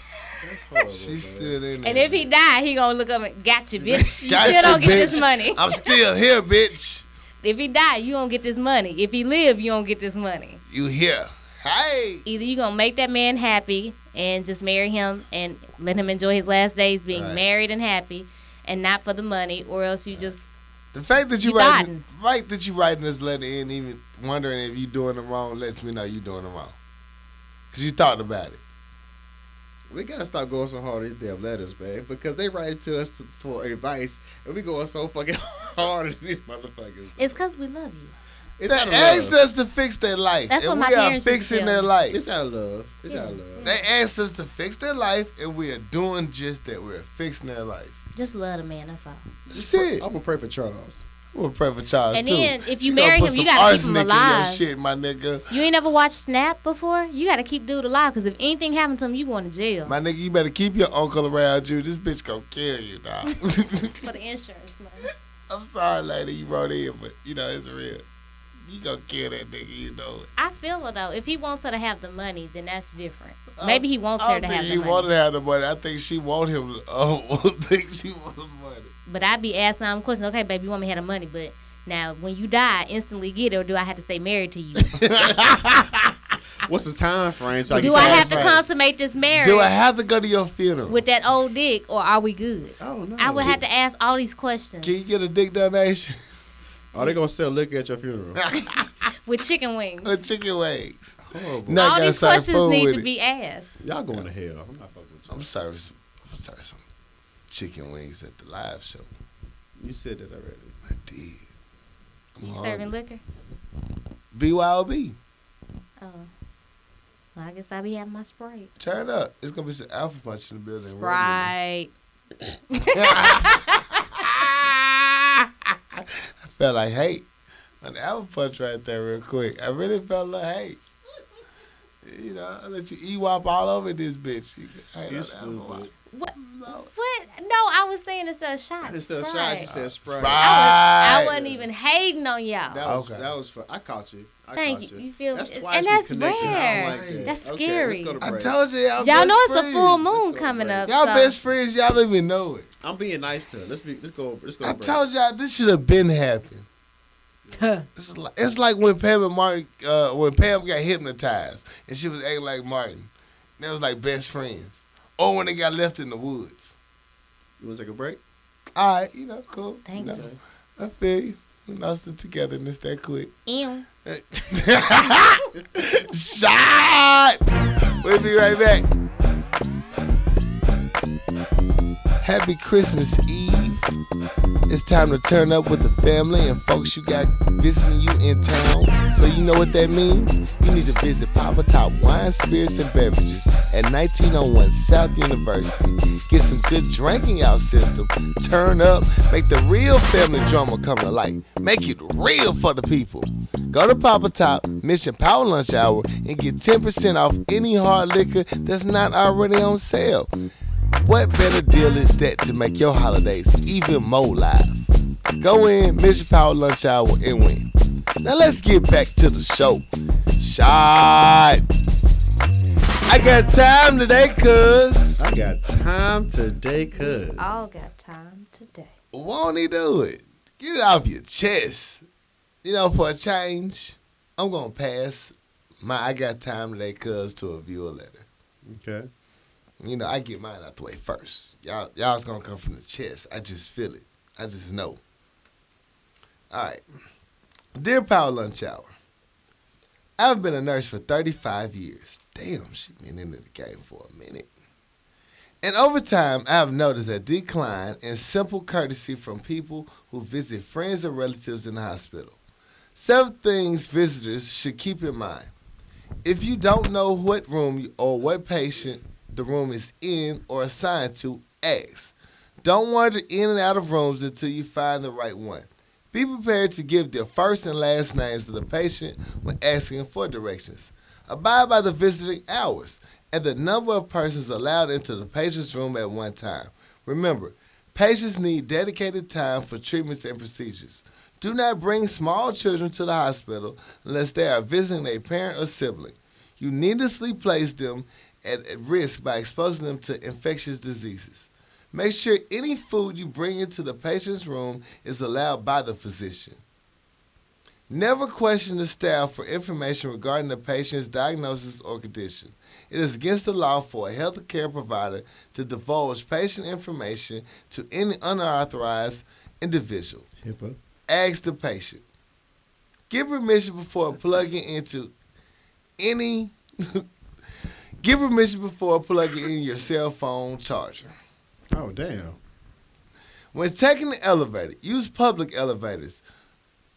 That's horrible. She's man. still in there. And if he die, he gonna look up and got you, bitch. You Got still don't you, get this bitch. money. I'm still here, bitch. If he die, you don't get this money. If he live, you don't get this money. You here. Hey. Either you gonna make that man happy and just marry him and let him enjoy his last days being Right. married and happy, and not for the money, or else you just The fact that you You writing, right that you writing this letter and even wondering if you doing it wrong lets me know you doing it wrong. Cause you thought about it. We gotta stop going so hard on these damn letters, man, because they write it to us to, for advice, and we going so fucking hard on these motherfuckers. it's cause we love you. It's they out of love. asked us to fix their life, That's and what we my are parents used to fixing tell their me. life. It's out of love. It's out of Yeah. love. they asked us to fix their life, and we are doing just that. We're fixing their life. Just love the man. That's all. That's it. I'm gonna pray for Charles. We'll pray for Charles And too. then, if She you gonna marry put him, some you gotta keep him arsenic in your alive. Shit, my nigga, You ain't ever watched Snap before? You gotta keep dude alive, cause if anything happened to him, you going to jail my nigga, you better keep your uncle around you. This bitch gonna kill you, dog. for the insurance money. I'm sorry, lady, you wrote in, but you know it's real. You gonna kill that nigga, you know it. I feel it though. If he wants her to have the money, then that's different. I Maybe he wants Oh, I her don't to think have he the money. wanted to have the money. I think she want him. Oh, I think she want his money. But I'd be asking him questions. Okay, baby, you want me to have the money, but now when you die, instantly get it, or do I have to stay married to you? What's the time frame? So do can I tell have to him? consummate this marriage Do I have to go to your funeral? with that old dick, or are we good? I don't know. I would have to ask all these questions Can you get a dick donation? Are Oh, they gonna sell liquor at your funeral? with chicken wings. or chicken wings? Horrible. No. I all gotta these start questions fooling need with to it. be asked. Y'all going to hell. I'm not fucking with I'm serving. Some, I'm serving some chicken wings at the live show. you. You said that already. I did. I'm You hungry. serving liquor? BYOB. Oh, well, I guess I'll be having my Sprite. Turn up. It's gonna be some alpha punch in the building. Sprite. I felt like hate. An alpha punch right there, real quick. I really felt like hate. You know, I let you ewop all over this bitch. You, I You love alpha stupid. What? No. What? No, I was saying it's a shot. Instead of Sprite. shots, you said Sprite. Sprite. I Right. wasn't even hating on y'all. That was Okay. that was fun. I caught you. I Thank caught you. You feel That's me? twice And we that's connected. I don't rare. that. That's Okay, scary. Let's go to I break. told you, y'all, y'all best know it's a friends. full go, moon coming Brad. up. Y'all so- best friends. Y'all don't even know it. I'm being nice to her. Let's be. Let's go. Let's go. I to break. told y'all this should have been happening. Huh. It's like, it's like when Pam and Martin, uh, when Pam got hypnotized and she was acting like Martin. That was like best friends. Or when they got left in the woods. You want to take a break? All right, you know, cool. Thank know, you. I feel you. We lost it togetherness that quick. Ew. Shot! We'll be right back. Happy Christmas Eve. It's time to turn up with the family and folks you got visiting you in town. So you know what that means? You need to visit Papa Top Wine, Spirits, and Beverages at 1901 South University. Get some good drinking out system. Turn up. Make the real family drama come to life. Make it real for the people. Go to Papa Top Mission Power Lunch Hour and get 10% off any hard liquor that's not already on sale. What better deal is that to make your holidays even more live? Go in, Mission Power Lunch Hour, and win. Now let's get back to the show. Shot. I got time today, cuz. I got time today, cuz. All got time today. Won't he do it? Get it off your chest. You know, for a change, I'm going to pass my I got time today, cuz, to a viewer letter. Okay. You know, I get mine out the way first. Y'all, y'all's gonna come from the chest. I just feel it. I just know. All right, dear Power Lunch Hour. I've been a nurse for 35 years. Damn, she been into the game for a minute. And over time, I have noticed a decline in simple courtesy from people who visit friends or relatives in the hospital. Several things visitors should keep in mind. If you don't know what room you- or what patient the room is in or assigned to, ask. Don't wander in and out of rooms until you find the right one. Be prepared to give their first and last names to the patient when asking for directions. Abide by the visiting hours and the number of persons allowed into the patient's room at one time. Remember, patients need dedicated time for treatments and procedures. Do not bring small children to the hospital unless they are visiting a parent or sibling. You needlessly place them at, at risk by exposing them to infectious diseases. Make sure any food you bring into the patient's room is allowed by the physician. Never question the staff for information regarding the patient's diagnosis or condition. It is against the law for a health care provider to divulge patient information to any unauthorized individual HIPAA. ask the patient. Get permission before plugging into any. Give permission before plugging in your cell phone charger. Oh, damn. When taking the elevator, use public elevators.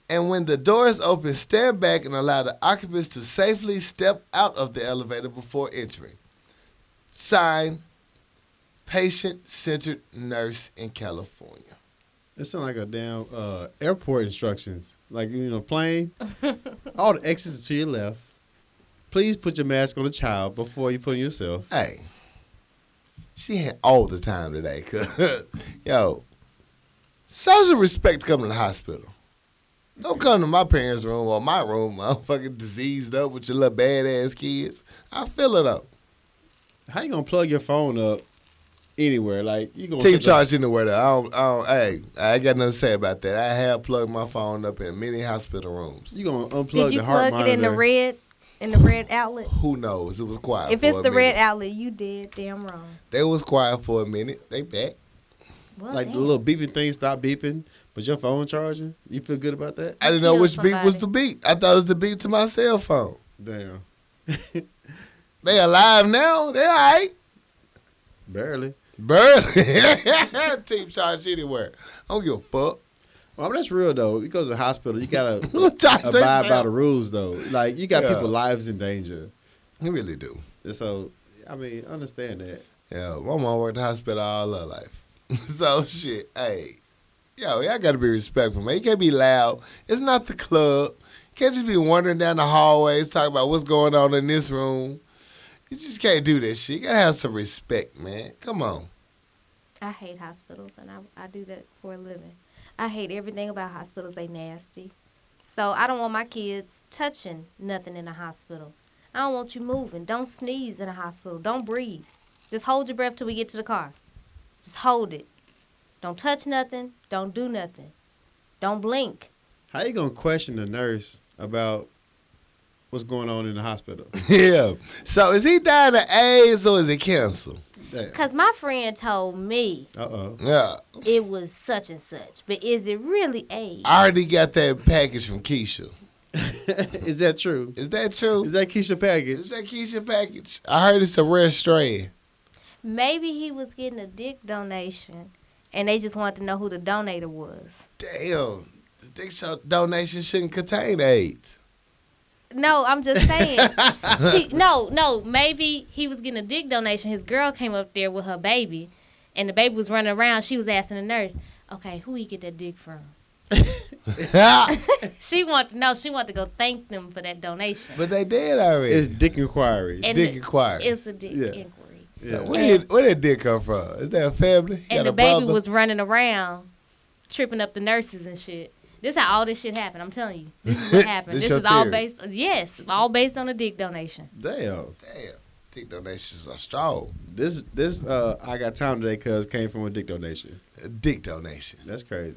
And when the door is open, stand back and allow the occupants to safely step out of the elevator before entering. Sign Patient Centered Nurse in California. It sounds like a damn uh, airport instructions. Like, you know, plane, all the exits are to your left. Please put your mask on the child before you put it on yourself. Hey, she had all the time today. 'cause- Yo, show some respect to come to the hospital. Don't come to my parents' room or my room. I'm fucking diseased up with your little badass kids. I feel it up. How you gonna plug your phone up anywhere? Like you gonna Team set the- charge anywhere though. I don't, I don't, hey, I ain't got nothing to say about that. I have plugged my phone up in many hospital rooms. You gonna unplug Did you the heart plug it in the monitor. red in the red outlet? Who knows? It was quiet. If for it's a the red minute. outlet, you did damn wrong. they was quiet for a minute. They back. Well, like Oh, the damn. little beeping thing stop beeping, but your phone charging. You feel good about that? I didn't know Killed which beat was somebody. the beat. I thought it was the beat to my cell phone. Damn, They alive now. They all right. barely. Barely. Team charge anywhere. I don't give a fuck. Well, I mean, that's real though. You go to the hospital, you gotta Charge abide by themselves. the rules though. Like you got Yeah. people lives in danger, They really do. and so I mean, understand that. Yeah, my mom worked in the hospital all her life. so, shit, hey. Yo, y'all got to be respectful, man. You can't be loud. It's not the club. You can't just be wandering down the hallways talking about what's going on in this room. You just can't do that shit. You got to have some respect, man. Come on. I hate hospitals, and I, I do that for a living. I hate everything about hospitals. They nasty. So I don't want my kids touching nothing in a hospital. I don't want you moving. Don't sneeze in a hospital. Don't breathe. Just hold your breath till we get to the car. Just hold it. Don't touch nothing. Don't do nothing. Don't blink. How you gonna question the nurse about what's going on in the hospital? yeah. So, is he dying of AIDS or is it cancer? Cause my friend told me Uh oh. Yeah. it was such and such, but is it really AIDS? I already got that package from Keisha. Is that true? Is that true? Is that Keisha package? Is that Keisha package? I heard it's a rare strain. Maybe he was getting a dick donation and they just wanted to know who the donator was. Damn. The dick shot donation shouldn't contain AIDS. No, I'm just saying. she, no, no. Maybe he was getting a dick donation. His girl came up there with her baby, and the baby was running around. She was asking the nurse, "Okay, who he get that dick from?" but She wanted to know. She wanted to go thank them for that donation. they did already. It's dick inquiry. And dick the- inquiry. It's a dick Yeah. inquiry. yeah. Where, did, where did dick come from? Is that a family? You got And a the baby brother? was running around, tripping up the nurses and shit. This how all this shit happened. I'm telling you, this is what happened. This this your is all theory. based. Yes, all based on a dick donation. Damn. Damn. Dick donations are strong. This this uh I got time today cuz came from a dick donation. Dick donation. That's crazy.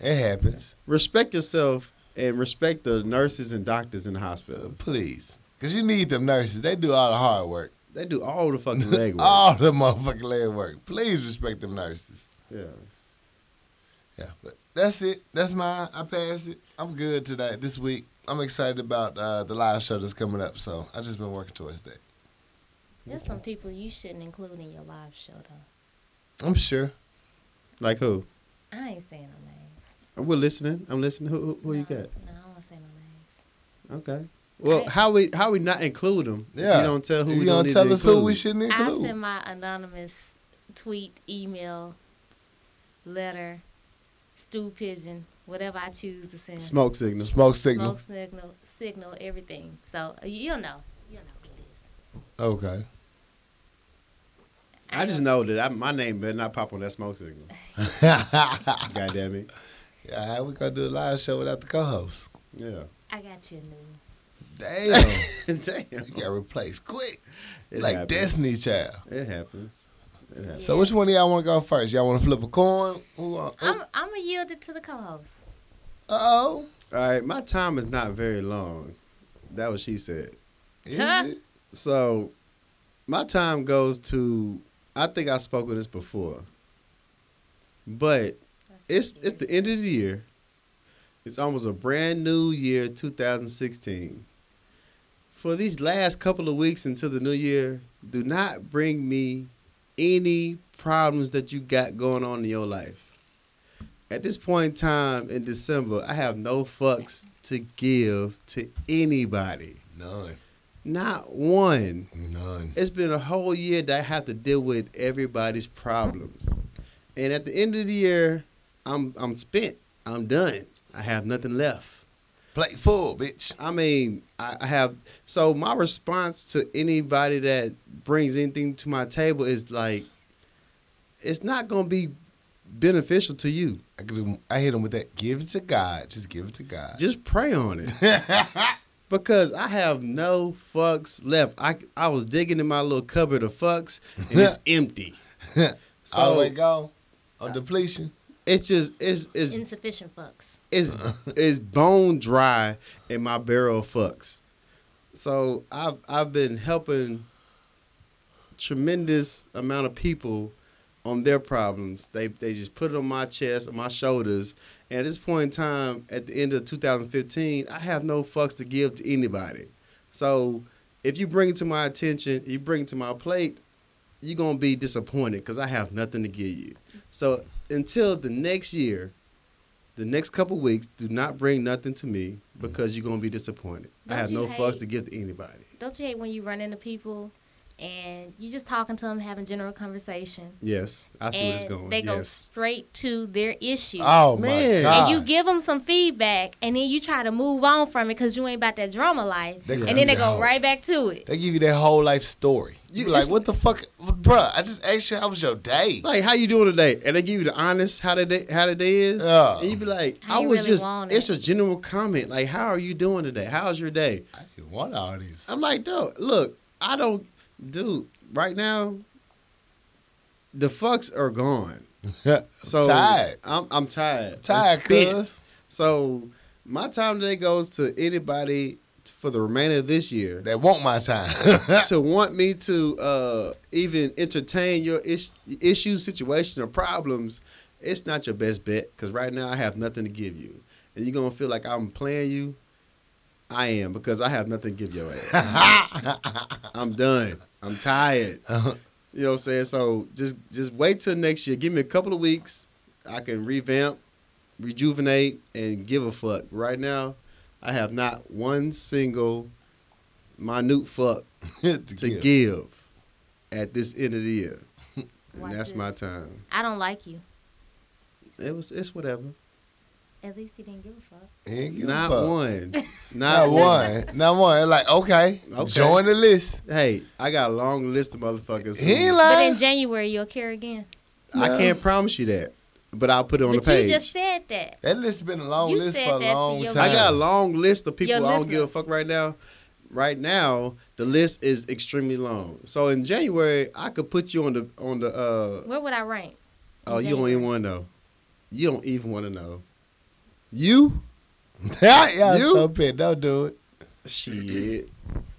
It happens. respect yourself and respect the nurses and doctors in the hospital. Uh, Please. Because you need them nurses. They do all the hard work. They do all the fucking legwork. All the motherfucking leg work. Please respect them nurses. Yeah. Yeah, but that's it. That's mine. I passed it. I'm good today. This week, I'm excited about uh, the live show that's coming up. So I just been working towards that. There's some people you shouldn't include in your live show though. I'm sure. Like who? I ain't saying no names. We're listening. I'm listening. Who who, who you No, got? No, I don't want to say no names. Okay. Well, I- how we how we not include them? Yeah. You don't tell who you we gonna don't need tell to us who include. we shouldn't I include? send my anonymous tweet, email, letter, stew pigeon, whatever I choose to send. Smoke signal. Smoke Smoke signal. signal, signal, everything. So uh, you'll know. You'll know what it is. Okay. I just know that I, my name better not pop on that smoke signal. yeah, God damn it. how we gonna do a live show without the co-host? Yeah. I got you new. Damn, damn. you got replaced quick, It like happens. Destiny Child. It happens. It happens. So which one of y'all want to go first? Y'all want to flip a coin? Uh Oh. I'm I'm gonna yield it to the co-host. oh, All right, my time is not very long. That was she said. is Huh? it? So my time goes to I think I spoke on this before. But it's it's the end of the year. It's almost a brand new year, 2016. For these last couple of weeks until the new year, do not bring me any problems that you got going on in your life. At this point in time in December, I have no fucks to give to anybody. None, Not one. none. It's been a whole year that I have to deal with everybody's problems. And at the end of the year, I'm I'm spent. I'm done. I have nothing left. Play full, bitch. I mean, I, I have so my response to anybody that brings anything to my table is like it's not gonna be beneficial to you. I could do, I hit him with that. Give it to God. Just give it to God. Just pray on it. Because I have no fucks left. I, I was digging in my little cupboard of fucks and it's empty. So All the way gone on depletion. it's just it's it's Insufficient fucks. it's it's bone dry in my barrel of fucks. So I've I've been helping tremendous amount of people on their problems. They they just put it on my chest, on my shoulders. And at this point in time, at the end of 2015, I have no fucks to give to anybody. So if you bring it to my attention, you bring it to my plate, you're gonna be disappointed because I have nothing to give you. So until the next year, the next couple weeks, do not bring nothing to me because you're gonna be disappointed. I Don't have you no fucks hate- to give to anybody. Don't you hate when you run into people and you just talking to them, having general conversation, Yes, I see where it's and going. they go yes. straight to their issue. Oh my Man. God. and you give them some feedback, and then you try to move on from it because you ain't about that drama life. They and then they go- go right back to it. they give you their whole life story. You You- be like, it's- what the fuck, bruh? I just asked you how was your day. Like, how you doing today? And they give you the honest how today how today is. Yeah. And you be like, How I you was really just. want it. It's a general comment. Like, how are you doing today? How's your day? I didn't want all these. I'm like, no, look, I don't, dude. Right now, the fucks are gone. So tired. I'm I'm tired. I'm Tired, spent. cuz. So my time today goes to anybody for the remainder of this year They want my time. to want me to uh, even entertain your is- issues, situation, or problems, it's not your best bet because right now I have nothing to give you, and you're gonna feel like I'm playing you. I am because I have nothing to give your ass. I'm done. I'm tired. You know what I'm saying? So just just wait till next year. Give me a couple of weeks. I can revamp, rejuvenate, and give a fuck. Right now, I have not one single minute fuck to give. give at this end of the year. And Watch that's this. my time. I don't like you. It was it's whatever. At least he didn't give a fuck. He ain't give a Not fuck. one. Not Not one. one. Not one. Like, okay, Okay. join the list. Hey, I got a long list of motherfuckers. He ain't Uh, But in lying. January you'll care again. I can't promise you that, but I'll put it on But the page. you just said that. That list been a long You list said for a that to long your time. I got a long list of Your people I don't listener. give a fuck right now. Right now, the list is extremely long. So in January, I could put you on the on the uh Where would I rank? oh In you don't even January. want to know. You don't even want to know. You yeah, You? you so pissed. Don't do it. shit. You,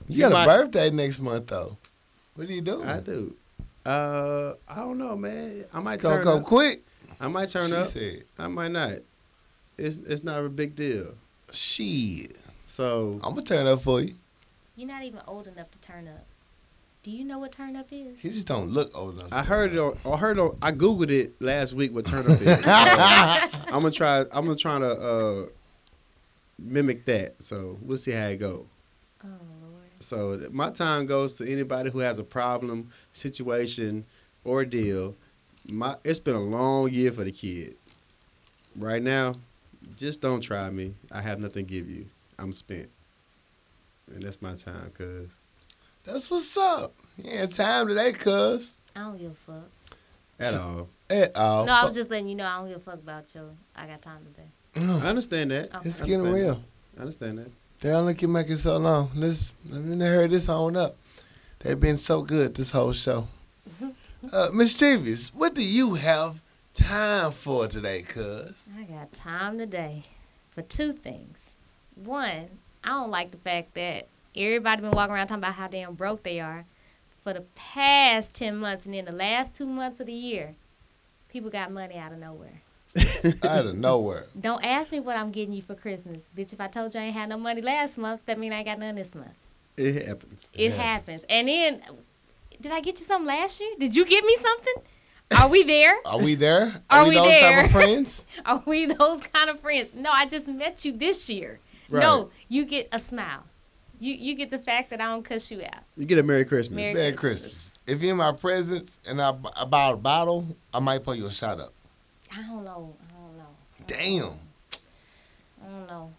You got might- a birthday next month though. What are you doing? I do. Uh, I don't know, man. I might turn Coco up. quick. I might turn she up. said. I might not. It's it's not a big deal. Shit. So I'm gonna turn up for you. You're not even old enough to turn up. Do you know what turn up is? He just don't look old enough. I to heard it turn up. on. I heard on. I googled it last week with Turner. I'm gonna try. I'm gonna try to uh, mimic that. So we'll see how it go. Oh Lord. So th- my time goes to anybody who has a problem, situation, or deal. My it's been a long year for the kid. Right now, just don't try me. I have nothing to give you. I'm spent, and that's my time. Cause That's what's up. Yeah, time today, cuz. I don't give a fuck. at all, At Oh, all. no, I was just letting you know I don't give a fuck about you. I got time today. I understand that. Okay. It's I getting understand real. that. I understand that. They only keep making so long. Let's let me hurry this on up. They've been so good this whole show. Mm-hmm. Uh, Mischievous, what do you have time for today, cuz? I got time today for two things. One, I don't like the fact that everybody been walking around talking about how damn broke they are for the past ten months, and then the last two months of the year, people got money out of nowhere. Out of nowhere. Don't ask me what I'm getting you for Christmas, bitch. If I told you I ain't had no money last month, that mean I ain't got none this month. It happens. It happens. And then, did I get you something last year? Did you get me something? Are we there? Are we there? Are we those type there? of friends? Are we those kind of friends? No, I just met you this year. Right. No, you get a smile. You you get the fact that I don't cuss you out. You get a Merry Christmas. Merry- Merry Christmas. If you're in my presence and I, b- I buy a bottle, I might pull you a shot up. I don't know. I don't know. Damn. I don't know.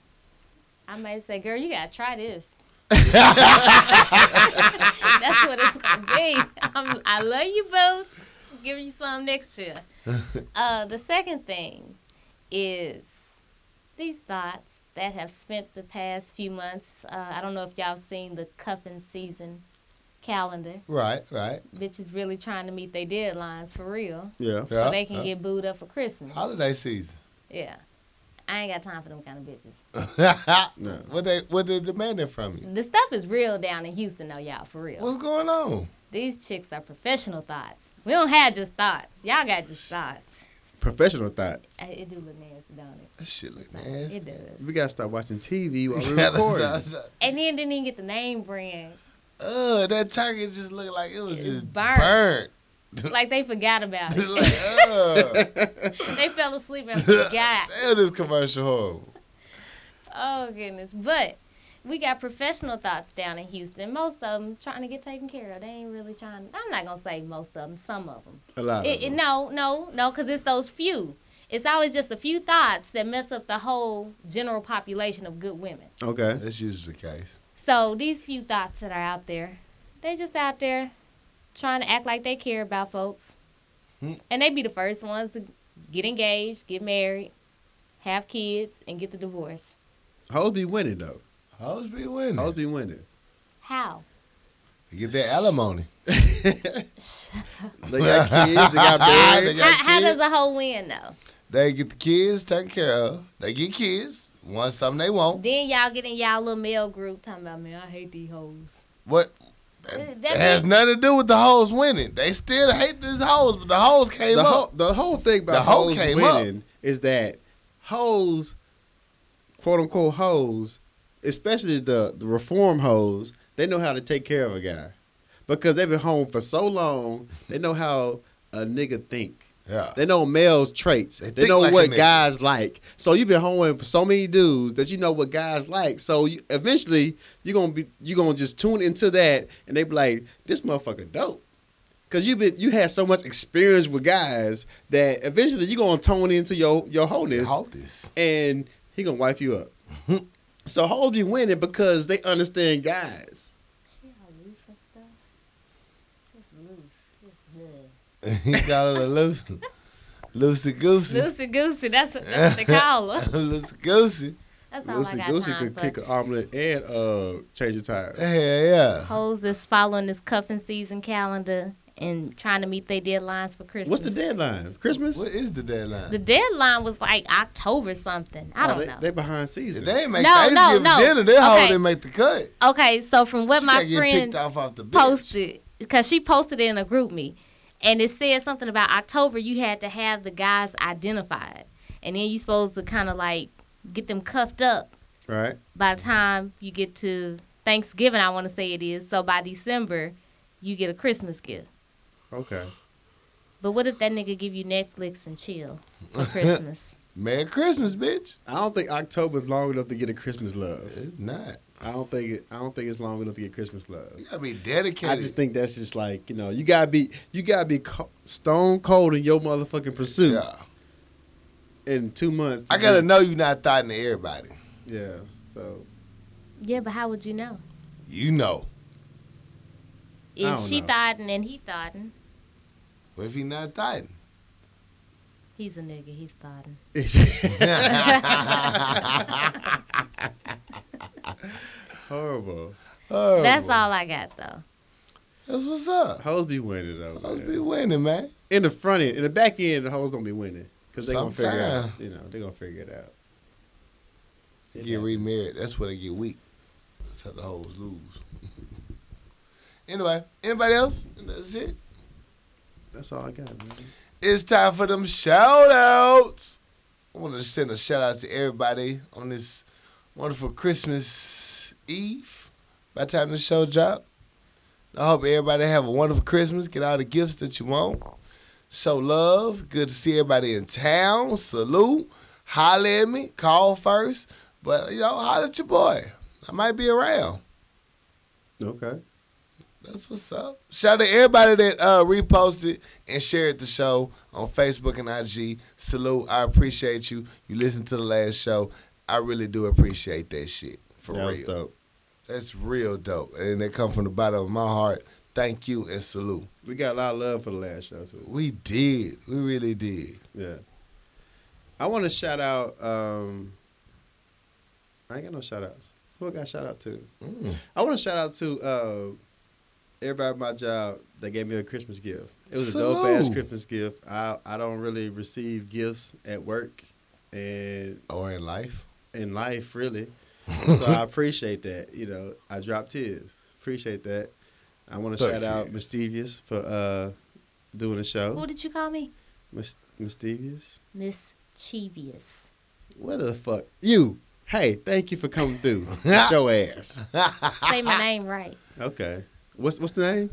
I might say, girl, you gotta try this. That's what it's gonna be. I'm, I love you both. Give you some next year. Uh, the second thing is these thoughts that have spent the past few months. Uh, I don't know if y'all seen the cuffing season calendar. Right, right. bitches really trying to meet their deadlines for real, Yeah. Yeah, so they can yeah. get booed up for Christmas. holiday season. Yeah, I ain't got time for them kind of bitches. No. What they what they demanding from you? The stuff is real down in Houston, though, y'all, for real. What's going on? These chicks are professional thoughts. We don't have just thoughts. Y'all got just thoughts. Professional thought. Uh, It do look nasty, don't That shit look it? It nasty. does. We gotta start watching TV while You we're gotta recording. stop- stop. And then didn't even get the name brand. Uh, that turkey just looked like it was It's just burnt. burnt. Like they forgot about it. like, uh, they fell asleep and forgot. damn, this commercial horrible. Oh goodness! But we got professional thoughts down in Houston. Most of them trying to get taken care of. They ain't really trying. I'm not gonna say most of them. Some of them. A lot. It, Of it, them. no, no, no. Because it's those few. It's always just a few thoughts that mess up the whole general population of good women. Okay. That's usually the case. So these few thoughts that are out there, they just out there trying to act like they care about folks, Hmm. and they be the first ones to get engaged, get married, have kids, and get the divorce. Hoes be winning though. Hoes be winning. Hoes be winning. How? You get that alimony. They got kids. They got married. They got- How, how kids? does a hoe win though? They get the kids taken care of. They get kids. Want something they want. Then y'all get in y'all little male group talking about, man, I hate these hoes. What? That, It has mean- nothing to do with the hoes winning. They still hate these hoes, but the hoes came the, up. whole, the whole thing about The hoe hoes came up. winning is that hoes, quote unquote hoes, especially the, the reform hoes, they know how to take care of a guy because they've been home for so long. They know how a nigga think. Yeah. They know males' traits. They, think know like a what nigga. guys like. So you've been hoeing for so many dudes that you know what guys like. So you, eventually you're gonna be you're gonna just tune into that and they be like, this motherfucker dope. Cause you've been you had so much experience with guys that eventually you're gonna tone into your your wholeness Hold this. and he gonna wipe you up. so hoes be winning because they understand guys. She all loose and stuff. Just loose. Just good. he got it a loose, loosey goosey, Loosey goosey. That's what, that's what they call her. loosey goosey. That's all I Lucy got Goosey time could for. kick an omelet and uh change your tires. Hell yeah. Hoes that's following this cuffing season calendar and trying to meet their deadlines for Christmas. What's the deadline? Christmas? What is the deadline? The deadline was like October something. I Oh, don't they, know. They behind if season. they ain't make No, no, Thanksgiving no. dinner, they hold Okay. didn't make the cut. okay, so from what She my gotta get friend picked off off the bench. posted because she posted it in a group me and it said something about october you had to have the guys identified and then you supposed to kind of like get them cuffed up right. by the time you get to thanksgiving i want to say it is so by december you get a christmas gift Okay. but what if that nigga give you netflix and chill for christmas Merry Christmas, bitch. I don't think October's long enough to get a Christmas love. It's not. I don't think it. I don't think it's long enough to get Christmas love. You gotta be I dedicated. just think that's just like you know you gotta be you gotta be co- stone cold in your motherfucking pursuit yeah. in two months. to I gotta be- know you not thoughting to everybody. Yeah. So yeah but how would you know You know. if don't she know. thotting and he thotting What if he not thoughting? he's a nigga he's thotting it's horrible. Oh, that's all i got though That's what's up. Hoes be winning though. I was man. be winning, man. in the front end, in the back end, the hoes don't be winning because they gonna figure it out. Sometime. You know they gonna figure it out. They get remarried. That's where they get weak. That's how the hoes lose. anyway, anybody else? That's it. That's all I got, man. It's time for them shout outs. I want to send a shout out to everybody on this wonderful Christmas Eve. By the time the show drop, I hope everybody have a wonderful Christmas. Get all the gifts that you want. Show love. Good to see everybody in town. Salute. Holler at me. Call first. But, you know, holler at your boy. I might be around. Okay. That's what's up. Shout out to everybody that uh, reposted and shared the show on Facebook and IG. Salute. I appreciate you. You listened to the last show. I really do appreciate that shit. For That was real. dope. That's real dope. And that come from the bottom of my heart. Thank you and salute. We got a lot of love for the last show too. We did. We really did. Yeah. I want to shout out. Um, I ain't got no shout outs. Who I got shout out to? Mm. I want to shout out to uh, everybody at my job that gave me a Christmas gift. It was a dope ass Salute. Christmas gift. I I don't really receive gifts at work and Or in life. in life really, so I appreciate that. You know, I dropped tears. Appreciate that. I want to Fuck shout out yeah. Mischievous for uh, doing the who show. did you call me Mis- Mischievous. mischievous What the fuck? You. Hey, thank you for coming through. It's your ass. say my name right Okay. What's what's the name?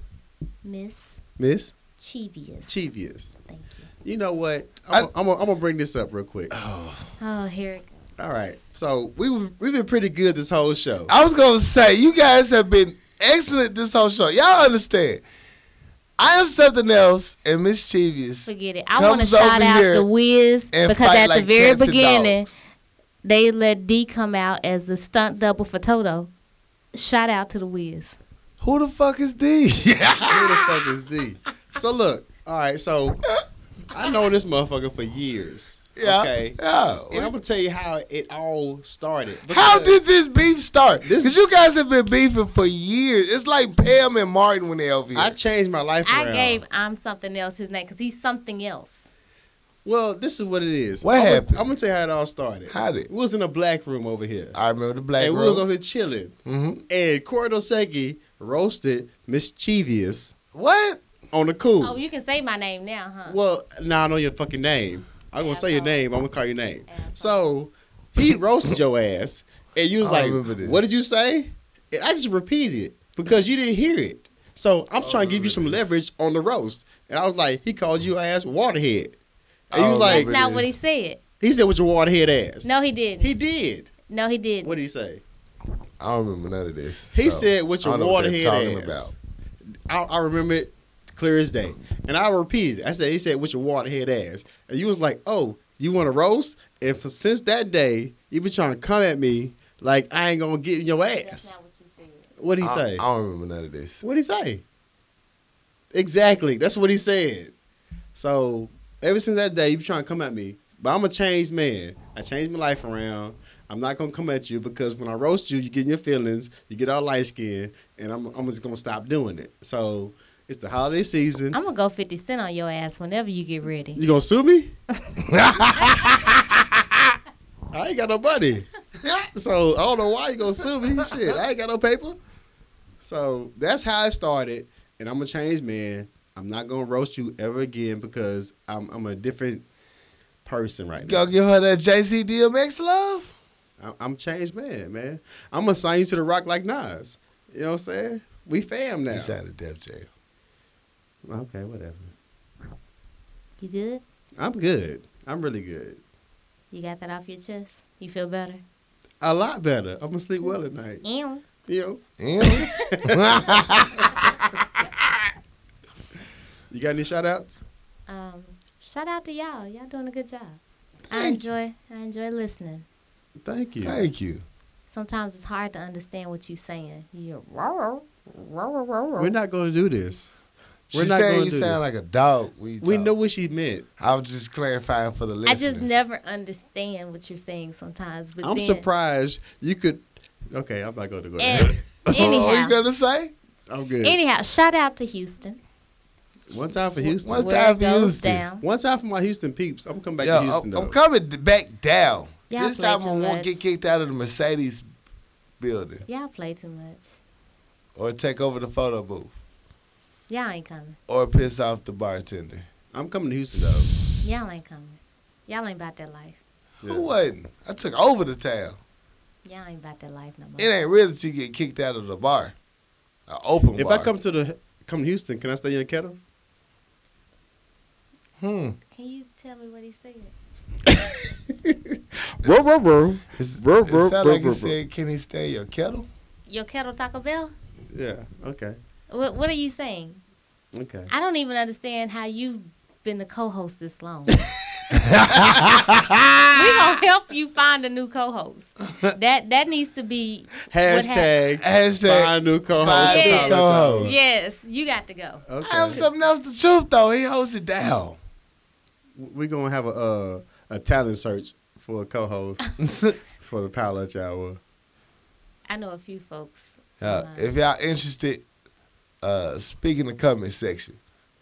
Miss Miss Chibius. Chivius. Thank you. You know what? I'm I- gonna- I'm gonna I'm gonna bring this up real quick. Oh, here it goes. All right. So we were- we've been pretty good this whole show. I was gonna say, you guys have been excellent this whole show. Y'all understand. I am something else and mischievous. Forget it. I Comes want to shout over out here the Wiz and because fight at like the very cats and beginning dogs. they let D come out as the stunt double for Toto. Shout out to the Wiz. Who the fuck is D? Who the fuck is D? So look, all right. So I know this motherfucker for years. yeah. Okay. Yeah. And I'm gonna tell you how it all started. How Because- did this beef start? This- Because you guys have been beefing for years. It's like Pam and Martin when they over here. I changed my life I around? gave I'm something else his name because he's something else. Well, this is what it is. What I'm happened? Gonna, I'm gonna tell you how it all started. How did- We was in a black room over here, I remember the black and we room. was over here chilling. Mhm. And Corey Dosecki roasted mischievous What? on the cool. Oh, you can say my name now, huh? Well, now I know your fucking name. I'm gonna say your Asshole. name. I'm gonna call your name. Asshole. So he roasted your ass, and you was I remember like, this. "What did you say?" And I just repeated it because you didn't hear it. So I'm trying to give you some remember this. leverage on the roast, and I was like, "He called you ass waterhead." And you don't like- remember That's not this. what he said. He said with your wide head ass. No, he didn't. He did. no, he didn't. What did he say? I don't remember none of this. He so said with I your don't know what water they're head talking ass. about. I, I remember it clear as day. And I repeated. it. I said, he said, with your water head ass. And you was like, oh, you want to roast? And for, since that day, you been trying to come at me like I ain't going to get in your ass. what you said. What'd he I- say? I don't remember none of this. What'd he say? Exactly. That's what he said. So ever since that day, you trying to come at me. But I'm a changed man. I changed my life around. I'm not gonna come at you because when I roast you, you get in your feelings, you get all light skinned, and I'm I'm just gonna stop doing it. So it's the holiday season. I'm gonna go 50 cent on your ass whenever you get ready. you gonna sue me? I ain't got no money. so I don't know why you gonna sue me. Shit, I ain't got no paper. So that's how it started. And I'm a changed man. I'm not gonna roast you ever again because I'm I'm a different person right Go now. give her that JC DMX love. I'm, I'm a changed man, man. I'm gonna sign you to the rock like Nas. You know what I'm saying? We fam now. He's out of Def Jam. Okay, whatever. You good? I'm good. I'm really good. You got that off your chest? You feel better? A lot better. I'm gonna sleep well at night. Ew. You know. Yeah. You got any shout outs? Um, shout out to y'all. Y'all doing a good job. I Thank enjoy. I enjoy listening. Thank you. Thank you. Sometimes it's hard to understand what you're saying. You're raw, raw, raw, raw. We're not gonna do this. She We're not said gonna you do sound like a dog. when you We talk. know what she meant. I was just clarifying for the I listeners. just never understand what you're saying sometimes. But I'm then, surprised you could. Okay, I'm not going to go there. And What you anyhow, gonna say? I'm good. anyhow, shout out to Houston. one time for Houston. One One, What's where time it for goes Houston? down. time for my Houston peeps. I'm coming back Yo, to Houston I'm, though. I'm coming d- back down. Y'all this play time too I won't much. get kicked out of the Mercedes building Y'all play too much. or take over the photo booth Y'all ain't coming. or piss off the bartender. I'm coming to Houston Y'all ain't coming. Y'all ain't about that life. though. Who wasn't? I took over the town. Y'all ain't about that life no more. It ain't really till you get kicked out of the bar. An open If bar. I come to the come to Houston, can I stay in kettle? hmm. Can you tell me what he said? Row, row, row. It's, Ruh, it ruh, sound ruh, like he ruh, ruh. said, "Can he stay your kettle?" Your kettle Taco Bell? Yeah. Okay. What, what are you saying? Okay. I don't even understand how you've been the co-host this long. we gonna help you find a new co-host. That that needs to be what hap- Hashtag. Hashtag Find new co-host. find new Tyler co-host. Tyler. Yes, you got to go. Okay. I have something else. The truth though, he holds it down. We're gonna have a uh, a talent search for a co-host for the Power Lunch Hour. I know a few folks. Uh, online. if y'all interested, uh, speak in the comment section.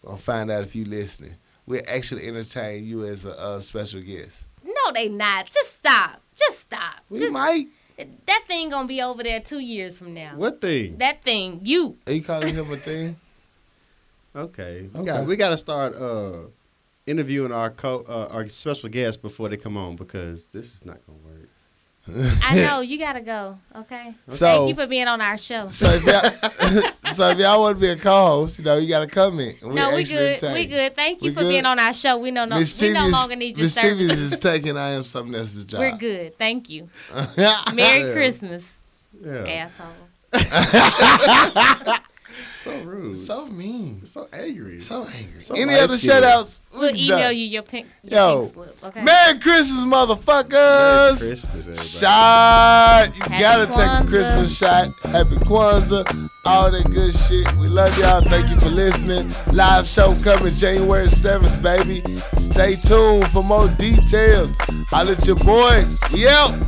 I'll find out if you listening. We'll actually entertain you as a uh, special guest. no, they not. Just stop. Just stop. We Just- might. that thing gonna be over there two years from now. What thing? That thing, you. Are you calling him a thing? Okay. We Okay. got we got to start uh, interviewing our co uh, our special guests before they come on because this is not gonna work. I know you gotta go. Okay. Thank So, you for being on our show. so if y'all, so if y'all want to be a co-host, you know you got to comment. and we'll no, we actually good. entertain We you. good. Thank you We for good? being on our show. We no, no we no Mischievous- longer need your Mischievous service. is taking I am something else's job. We're good. Thank you. good. Merry Yeah. Christmas, Yeah. asshole. So rude. so So, mean. so angry. So angry. So Any light other shout skinned. outs? We'll email you your pink, your Yo, pink slip. Okay. Merry Christmas, Merry motherfuckers. Christmas, everybody. Shot. You Happy gotta take Kwanzaa. a Christmas shot. Happy Kwanzaa. All that good shit. We love y'all. Thank you for listening. Live show coming January 7th, baby. Stay tuned for more details. Holla at your boy. We out.